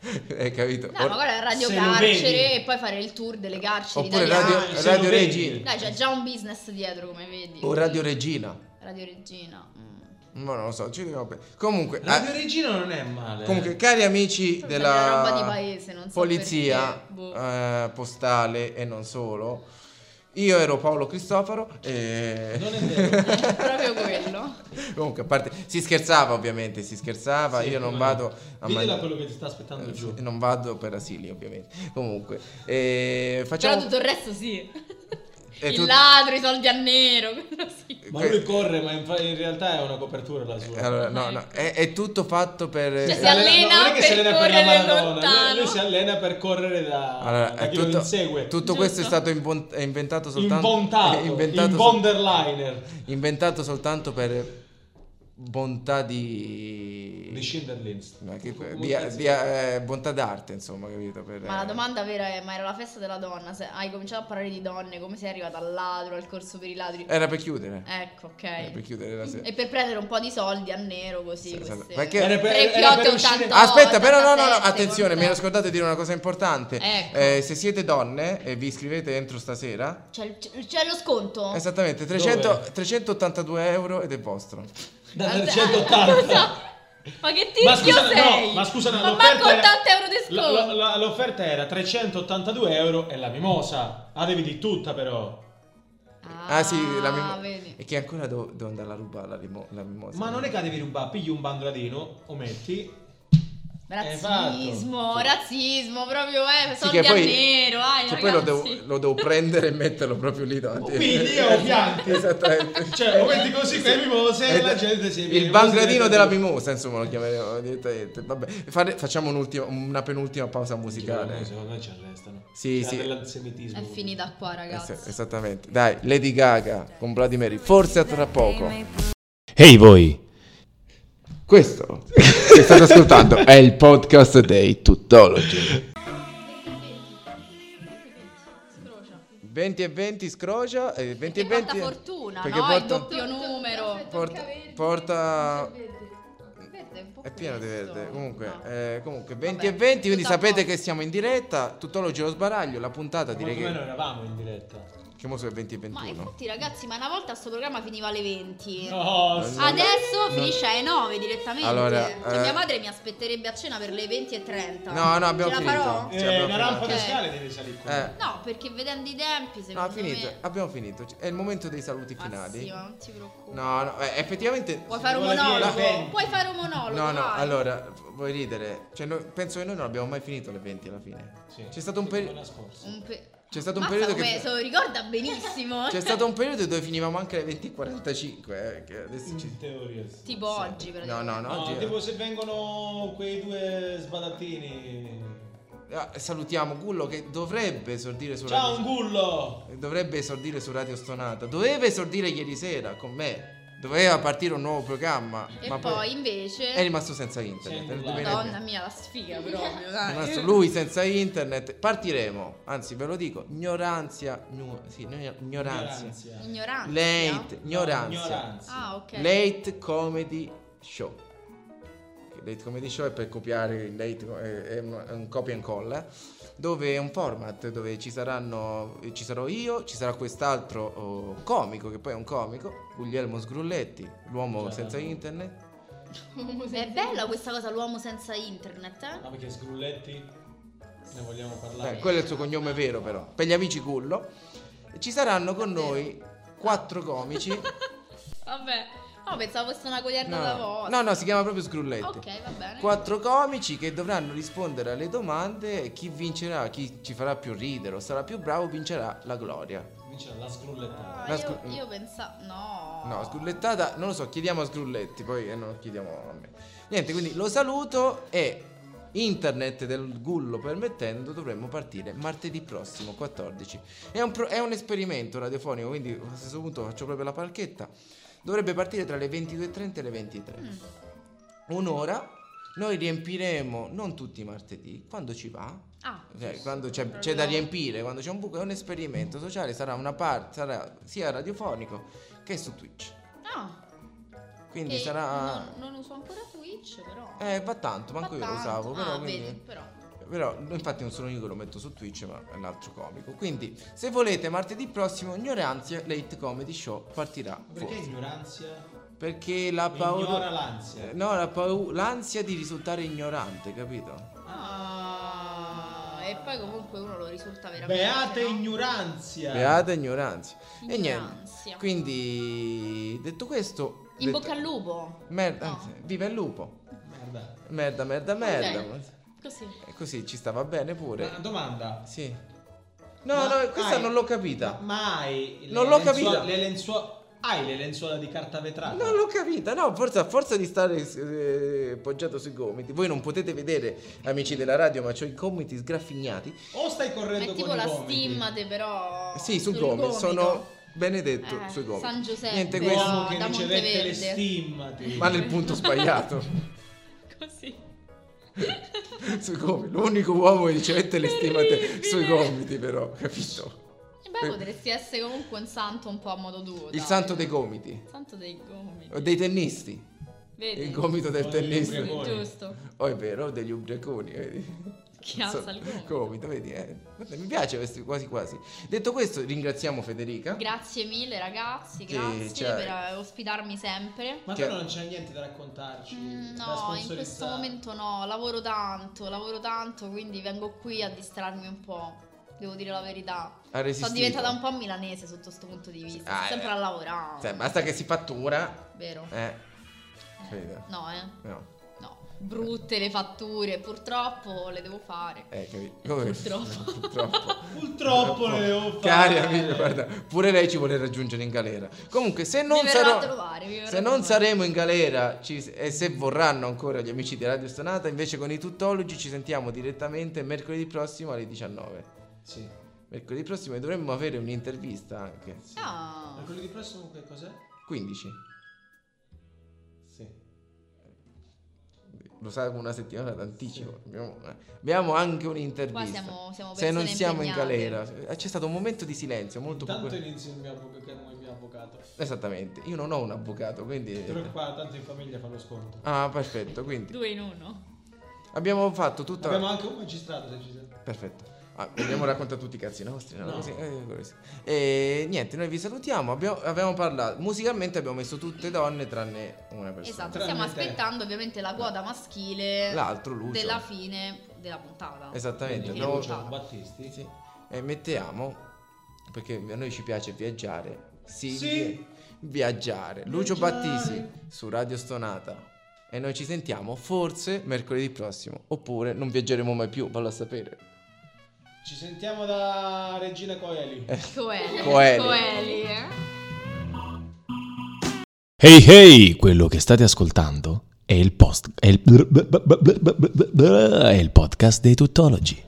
Speaker 2: Hai capito?
Speaker 4: No, ma guarda, radio
Speaker 3: Se lo vedi.
Speaker 4: carcere e poi fare il tour delle carceri
Speaker 2: Oppure
Speaker 4: italiane.
Speaker 2: radio,
Speaker 3: Se lo
Speaker 2: radio
Speaker 3: vedi.
Speaker 2: Regina.
Speaker 4: Dai, c'è già un business dietro, come vedi.
Speaker 2: O Radio Regina.
Speaker 4: Radio Regina. mm.
Speaker 2: No, Boh, non lo so, ci dobbiamo pe- Comunque,
Speaker 3: Radio
Speaker 2: eh,
Speaker 3: Regina non è male.
Speaker 2: comunque, cari amici
Speaker 4: Forse è
Speaker 2: della
Speaker 4: una roba di paese, non so
Speaker 2: polizia
Speaker 4: perché, boh.
Speaker 2: eh, postale e non solo, io ero Paolo Cristoforo e...
Speaker 3: Non è vero.
Speaker 4: Proprio quello.
Speaker 2: comunque, a parte... si scherzava ovviamente, si scherzava,
Speaker 3: Sì,
Speaker 2: io non
Speaker 3: come
Speaker 2: vado
Speaker 3: no.
Speaker 2: a
Speaker 3: Ditela
Speaker 2: mangiare... Eh,
Speaker 3: quello che ti sta aspettando giù.
Speaker 2: Non vado per asili ovviamente. Comunque, eh, facciamo...
Speaker 4: Però tutto il resto sì.
Speaker 2: E Eh.
Speaker 4: il
Speaker 2: tut-
Speaker 4: ladro, i soldi a nero, quello sì.
Speaker 3: Ma lui corre, ma in, fa- in realtà è una copertura la sua.
Speaker 2: eh, Allora, no, no, è, è tutto fatto per...
Speaker 4: eh.
Speaker 2: eh,
Speaker 4: Cioè, si
Speaker 3: alle-
Speaker 4: allena
Speaker 3: non è che
Speaker 4: per
Speaker 3: si allena
Speaker 4: correre
Speaker 3: la Maradona,
Speaker 4: lontano.
Speaker 3: Lui, lui si allena per correre da,
Speaker 2: Allora,
Speaker 3: da
Speaker 2: è
Speaker 3: chi lo
Speaker 2: tutto,
Speaker 3: insegue.
Speaker 2: tutto questo è
Speaker 4: Giusto.
Speaker 2: stato invon- è inventato soltanto...
Speaker 3: Invontato,
Speaker 2: è
Speaker 3: inventato
Speaker 2: inventato
Speaker 3: il
Speaker 2: sol-
Speaker 3: Bonderliner
Speaker 2: inventato soltanto per bontà di
Speaker 3: di Schindler's.
Speaker 2: Ma che-
Speaker 3: Come
Speaker 2: di-
Speaker 3: cazzo-
Speaker 2: di- eh, bontà d'arte insomma capito Per- eh,
Speaker 4: Ma la domanda vera è, ma era la festa della donna? Se hai cominciato a parlare di donne, come sei arrivata al ladro, al corso per i ladri?
Speaker 2: era per chiudere
Speaker 4: Ecco, ok.
Speaker 2: Era per chiudere Eh. la sera
Speaker 4: E per prendere un po' di soldi a nero così.
Speaker 2: Sì,
Speaker 4: queste-
Speaker 2: esatto. Perché-
Speaker 3: Era per- era
Speaker 4: Tre fiotte
Speaker 3: per uscire-
Speaker 4: 88,
Speaker 2: Ah, Aspetta, però no, no, no,
Speaker 4: 87,
Speaker 2: attenzione, mi
Speaker 4: quant'è?
Speaker 2: ero scordato di dire una cosa importante.
Speaker 4: Ecco.
Speaker 2: Eh, se siete donne e vi iscrivete entro stasera,
Speaker 4: C'è, il- c'è- c'è lo sconto?
Speaker 2: esattamente
Speaker 3: Dove?
Speaker 2: 300 382 euro ed è vostro.
Speaker 3: Da
Speaker 4: Al-
Speaker 3: 380.
Speaker 4: Eh, Esatto. Ma che
Speaker 3: Ma
Speaker 4: tizio
Speaker 3: scusa,
Speaker 4: sei?
Speaker 3: no, ma scusa, no,
Speaker 4: ma
Speaker 3: l'offerta
Speaker 4: manco
Speaker 3: era-
Speaker 4: 80 euro di
Speaker 3: la-
Speaker 4: sconto.
Speaker 3: la- la- l'offerta era 382 euro e la mimosa. Ah, devi di tutta però.
Speaker 2: Ah, sì, la mimo-
Speaker 4: vedi.
Speaker 2: E che ancora devo, devo andare a rubare la, limo- la mimosa.
Speaker 3: Ma non è che devi rubare, pigli un bandoladino o metti. Eh,
Speaker 4: Razzismo,
Speaker 3: Esatto.
Speaker 4: razzismo, proprio eh,
Speaker 2: Sì,
Speaker 4: soldi
Speaker 2: che
Speaker 4: a
Speaker 2: poi-
Speaker 4: nero, ai,
Speaker 2: Che
Speaker 4: ragazzi.
Speaker 2: poi lo devo, lo devo prendere e metterlo proprio lì davanti.
Speaker 3: O pigli o pianti.
Speaker 2: Esattamente.
Speaker 3: Cioè, o metti così con le mimose e la gente si
Speaker 2: il bangladino della mimosa, insomma, lo chiameremo direttamente. Vabbè, fare- facciamo un'ultima- una penultima pausa musicale.
Speaker 3: Secondo me ci arrestano.
Speaker 2: eh. Sì,
Speaker 3: Cioè,
Speaker 2: sì.
Speaker 4: È finita
Speaker 2: Eh,
Speaker 4: qua, ragazzi.
Speaker 2: Es- esattamente. Dai, Lady Gaga con Bloody Mary. Forse a tra poco.
Speaker 1: Ehi voi!
Speaker 2: Questo che state ascoltando è il podcast dei Tutology. 20 e 20 scrocia. eh, 20 e
Speaker 4: Perché
Speaker 2: 20.
Speaker 4: porta fortuna,
Speaker 2: perché
Speaker 4: no? Il
Speaker 2: porta-
Speaker 4: doppio numero.
Speaker 2: Porta, porta- è pieno di verde. Comunque, eh, comunque 20 e
Speaker 4: Vabbè,
Speaker 2: 20. Quindi
Speaker 4: tutto a
Speaker 2: sapete
Speaker 4: posto.
Speaker 2: che siamo in diretta. Tutology lo sbaraglio. La puntata
Speaker 3: Direi
Speaker 2: direi
Speaker 3: come
Speaker 2: che.
Speaker 3: noi eravamo in diretta.
Speaker 2: Che mo sono le 20 e
Speaker 4: Ma
Speaker 2: 21.
Speaker 4: infatti ragazzi, ma una volta sto programma finiva alle 20.
Speaker 3: No,
Speaker 2: sì.
Speaker 4: Adesso
Speaker 2: No.
Speaker 4: finisce alle 9 direttamente.
Speaker 2: Allora,
Speaker 4: Cioè,
Speaker 2: eh.
Speaker 4: Mia madre mi aspetterebbe a cena per le 20 e 30.
Speaker 2: No, no, abbiamo
Speaker 4: Ce
Speaker 2: finito.
Speaker 4: la farò?
Speaker 2: Sì, abbiamo
Speaker 3: la Eh, rampa
Speaker 4: finito.
Speaker 3: di scale devi salire con
Speaker 2: Eh.
Speaker 4: No, perché vedendo i tempi,
Speaker 2: No,
Speaker 4: secondo
Speaker 2: è finito.
Speaker 4: me.
Speaker 2: Abbiamo finito. È il momento dei saluti finali.
Speaker 4: Massimo, non ti preoccupare.
Speaker 2: No, no, eh, effettivamente.
Speaker 4: Puoi fare un
Speaker 3: vuole dire
Speaker 4: monologo?
Speaker 3: venti.
Speaker 4: Puoi fare un monologo?
Speaker 2: No, no,
Speaker 4: vai.
Speaker 2: allora, vuoi ridere? Cioè, noi- penso che noi non abbiamo mai finito le 20 alla fine. C'è stato un periodo.
Speaker 4: Un pe-
Speaker 2: C'è stato un
Speaker 4: Mazza,
Speaker 2: periodo
Speaker 4: come
Speaker 2: che.
Speaker 4: se lo ricorda benissimo.
Speaker 2: C'è stato un periodo dove finivamo anche alle 20.45. eh, che adesso ci-
Speaker 3: In teoria. sì.
Speaker 4: tipo oggi,
Speaker 2: No,
Speaker 4: praticamente.
Speaker 2: no, no.
Speaker 3: No,
Speaker 2: oggi-
Speaker 3: tipo se vengono quei due sbadattini.
Speaker 2: Ah, salutiamo Gullo che dovrebbe esordire su
Speaker 3: Ciao, un
Speaker 2: Radio
Speaker 3: gullo!
Speaker 2: Dovrebbe esordire su Radio Stonata. Doveva esordire ieri sera con me. Doveva partire un nuovo programma.
Speaker 4: E
Speaker 2: ma
Speaker 4: poi, invece.
Speaker 2: è rimasto senza internet.
Speaker 3: Senza
Speaker 2: nel
Speaker 3: nulla.
Speaker 2: 2020.
Speaker 4: Madonna mia, la sfiga proprio.
Speaker 2: È
Speaker 4: Dai.
Speaker 2: rimasto lui senza internet. Partiremo. Anzi, ve lo dico: ignoranzia. gnu- sì, no, ignoranzia.
Speaker 4: Ignoranza.
Speaker 2: Late,
Speaker 3: No,
Speaker 2: ignoranzia.
Speaker 3: ignoranza.
Speaker 4: Ah, ok.
Speaker 2: Late comedy show. Che Late comedy show è per copiare il late, è- è un, è un copia and colla. Dove è un format dove ci saranno ci sarò io, ci sarà quest'altro oh, comico, che poi è un comico, Guglielmo Sgrulletti, l'uomo
Speaker 3: Già.
Speaker 2: senza internet.
Speaker 4: È bella questa cosa, l'uomo senza internet, eh?
Speaker 3: Ma perché sgrulletti? Ne vogliamo parlare?
Speaker 2: Eh, quello è il suo cognome vero, però. Per gli amici Gullo. Ci saranno con noi quattro comici.
Speaker 4: Vabbè. No, pensavo fosse una coglierna da
Speaker 2: No,
Speaker 4: vostra.
Speaker 2: no, no, si chiama proprio Sgrulletti.
Speaker 4: Ok, va bene.
Speaker 2: Quattro comici che dovranno rispondere alle domande. Chi vincerà, chi ci farà più ridere o sarà più bravo, vincerà la gloria.
Speaker 3: Vince la sgrullettata.
Speaker 4: Ah,
Speaker 2: La
Speaker 4: io,
Speaker 2: scu-
Speaker 4: io pensavo. No.
Speaker 2: No, sgrullettata, non lo so, chiediamo a Sgrulletti, poi eh, non chiediamo a me. Niente, quindi lo saluto e internet del gullo permettendo dovremmo partire martedì prossimo 14. È un, pro- è un esperimento radiofonico, quindi a questo punto faccio proprio la parchetta. Dovrebbe partire tra le 22.30 e le 23.
Speaker 4: Mm.
Speaker 2: Un'ora, noi riempiremo non tutti i martedì, quando ci va,
Speaker 4: Ah,
Speaker 2: cioè, quando c'è, c'è da riempire, quando c'è un buco, è un esperimento sociale, sarà una parte, sarà sia radiofonico che su Twitch.
Speaker 4: no.
Speaker 2: Quindi
Speaker 4: che
Speaker 2: sarà...
Speaker 4: Non, non uso ancora Twitch, però.
Speaker 2: Eh, va tanto, manco
Speaker 4: Fa
Speaker 2: io lo
Speaker 4: tanto.
Speaker 2: usavo, però...
Speaker 4: Ah,
Speaker 2: quindi-
Speaker 4: vedi, però.
Speaker 2: Però infatti non sono io che lo metto su Twitch, ma è un altro comico. Quindi, se volete, martedì prossimo, Ignoranzia Late Comedy Show partirà.
Speaker 3: Perché
Speaker 2: forse.
Speaker 3: ignoranzia?
Speaker 2: Perché la
Speaker 3: Ignora
Speaker 2: paura... Eh.
Speaker 3: l'ansia.
Speaker 2: No, la pau- l'ansia di risultare ignorante, capito?
Speaker 4: Ah, e poi comunque uno lo risulta veramente.
Speaker 3: Beata
Speaker 4: no?
Speaker 3: ignoranzia.
Speaker 2: Beata ignoranza. E niente.
Speaker 4: Ignoranzia.
Speaker 2: Quindi, detto questo...
Speaker 4: In
Speaker 2: detto-
Speaker 4: bocca al lupo.
Speaker 2: Merda,
Speaker 4: No.
Speaker 2: anzi, viva il lupo.
Speaker 3: Merda.
Speaker 2: Merda, merda, merda.
Speaker 4: Cioè, Così.
Speaker 2: E così ci stava bene pure.
Speaker 3: Una domanda.
Speaker 2: Sì. No,
Speaker 3: Ma
Speaker 2: no, questa
Speaker 3: hai-
Speaker 2: non l'ho capita.
Speaker 3: Ma hai le
Speaker 2: Non l'ho
Speaker 3: lenzuo-
Speaker 2: capita.
Speaker 3: Le lenzuola hai le lenzuola di carta vetrata?
Speaker 2: Non l'ho capita, no, forse a forza di stare eh, poggiato sui gomiti. Voi non potete vedere, amici della radio, ma ho i gomiti sgraffignati.
Speaker 3: O stai correndo
Speaker 4: È tipo
Speaker 3: con
Speaker 4: la
Speaker 3: i gomiti?
Speaker 4: stimmate, però.
Speaker 2: sì, sul
Speaker 4: sul
Speaker 2: gomito,
Speaker 4: gomito.
Speaker 2: sono benedetto
Speaker 4: Eh,
Speaker 2: sui gomiti.
Speaker 4: San Giuseppe.
Speaker 2: Niente
Speaker 4: Questo-
Speaker 2: questo,
Speaker 3: Uomo che
Speaker 4: da
Speaker 3: ricevette le
Speaker 4: Monteverde.
Speaker 3: stimmati.
Speaker 2: ma nel punto sbagliato.
Speaker 4: Così.
Speaker 2: sui gomiti. L'unico uomo che ricevette le stimate
Speaker 4: Terribile.
Speaker 2: sui gomiti, però, capito?
Speaker 4: E Beh, potresti essere comunque un santo un po' a modo tuo.
Speaker 2: Il
Speaker 4: dai.
Speaker 2: santo dei gomiti,
Speaker 4: Santo dei gomiti.
Speaker 2: o dei tennisti,
Speaker 4: Vedi?
Speaker 2: il gomito del
Speaker 3: O degli
Speaker 2: tennista.
Speaker 3: ubriaconi.
Speaker 4: Giusto.
Speaker 2: Oh, è vero, degli ubriaconi, vedi?
Speaker 4: Chi alza il gomito.
Speaker 2: Gomito, vedi? eh. Guarda, mi piace questo, quasi quasi. Detto questo, ringraziamo Federica.
Speaker 4: Grazie mille ragazzi,
Speaker 2: Che
Speaker 4: grazie
Speaker 2: c'è-
Speaker 4: per eh, ospitarmi sempre.
Speaker 3: Ma
Speaker 2: Che-
Speaker 3: tu non c'è niente da raccontarci?
Speaker 4: Mm,
Speaker 3: da
Speaker 4: No, in
Speaker 3: sponsorizzare?
Speaker 4: questo momento no, lavoro tanto, lavoro tanto, quindi vengo qui a distrarmi un po'. Devo dire la verità.
Speaker 2: ha resistito.
Speaker 4: Sono diventata un po' milanese sotto questo punto di vista.
Speaker 2: Ah,
Speaker 4: sto sempre
Speaker 2: eh.
Speaker 4: a lavorare.
Speaker 2: Sai, basta che si fattura,
Speaker 4: Vero?
Speaker 2: eh.
Speaker 4: Eh,
Speaker 2: Vedi.
Speaker 4: No, eh.
Speaker 2: No,
Speaker 4: No. Brutte le fatture, purtroppo le devo fare.
Speaker 2: eh, capito. Come-
Speaker 4: Purtroppo.
Speaker 2: Purtroppo.
Speaker 3: Purtroppo le devo
Speaker 2: Cari
Speaker 3: fare.
Speaker 2: amici, guarda, pure lei ci vuole raggiungere in galera. Comunque, se non,
Speaker 4: verrà
Speaker 2: sarò-
Speaker 4: a trovare, mi verrà
Speaker 2: se
Speaker 4: a
Speaker 2: non
Speaker 4: trovare.
Speaker 2: saremo in galera ci- e se vorranno ancora gli amici di Radio Stonata, invece con i tuttologi ci sentiamo direttamente mercoledì prossimo alle 19.
Speaker 3: Sì.
Speaker 2: Mercoledì prossimo e dovremmo avere un'intervista anche.
Speaker 4: Ah.
Speaker 3: Mercoledì prossimo che cos'è?
Speaker 2: 15.
Speaker 3: Sì.
Speaker 2: Lo sa con una settimana d'anticipo. Abbiamo, eh, abbiamo anche un'intervista.
Speaker 4: Qua siamo- siamo
Speaker 2: se non
Speaker 4: persone
Speaker 2: siamo in
Speaker 4: impegnate.
Speaker 2: galera. Eh, C'è stato un momento di silenzio molto
Speaker 3: Tanto
Speaker 2: poco.
Speaker 3: inizia il mio avvocato, che è il mio avvocato.
Speaker 2: Esattamente. Io non ho un avvocato, quindi
Speaker 3: Però qua tanto in famiglia fa lo sconto.
Speaker 2: Ah, perfetto, quindi
Speaker 4: Due in uno.
Speaker 2: abbiamo fatto tutta
Speaker 3: Abbiamo anche un magistrato se ci serve.
Speaker 2: Perfetto. Ah, Vogliamo raccontare tutti i cazzi nostri, no?
Speaker 3: No.
Speaker 2: Così, eh, così. E niente, noi vi salutiamo. Abbiamo, avevamo parlato, musicalmente abbiamo messo tutte donne tranne una persona.
Speaker 4: Esatto,
Speaker 3: Tranne
Speaker 4: stiamo
Speaker 3: te.
Speaker 4: aspettando ovviamente la quota maschile
Speaker 2: L'altro, Lucio.
Speaker 4: della fine della puntata.
Speaker 2: Esattamente.
Speaker 4: Quindi,
Speaker 2: abbiamo-
Speaker 4: Lucio.
Speaker 3: Luciano Battisti.
Speaker 2: Sì. E mettiamo, perché a noi ci piace viaggiare. Sì.
Speaker 3: Sì.
Speaker 2: Viaggiare. Lucio
Speaker 3: Viaggiare.
Speaker 2: Battisi su Radio Stonata. E noi ci sentiamo forse mercoledì prossimo. Oppure non viaggeremo mai più, vallo a sapere.
Speaker 3: Ci sentiamo da Regina Coeli.
Speaker 4: Coeli.
Speaker 2: Coeli.
Speaker 4: Coeli, eh?
Speaker 1: Hey hey, quello che state ascoltando è il post è il, è il podcast dei tuttologi.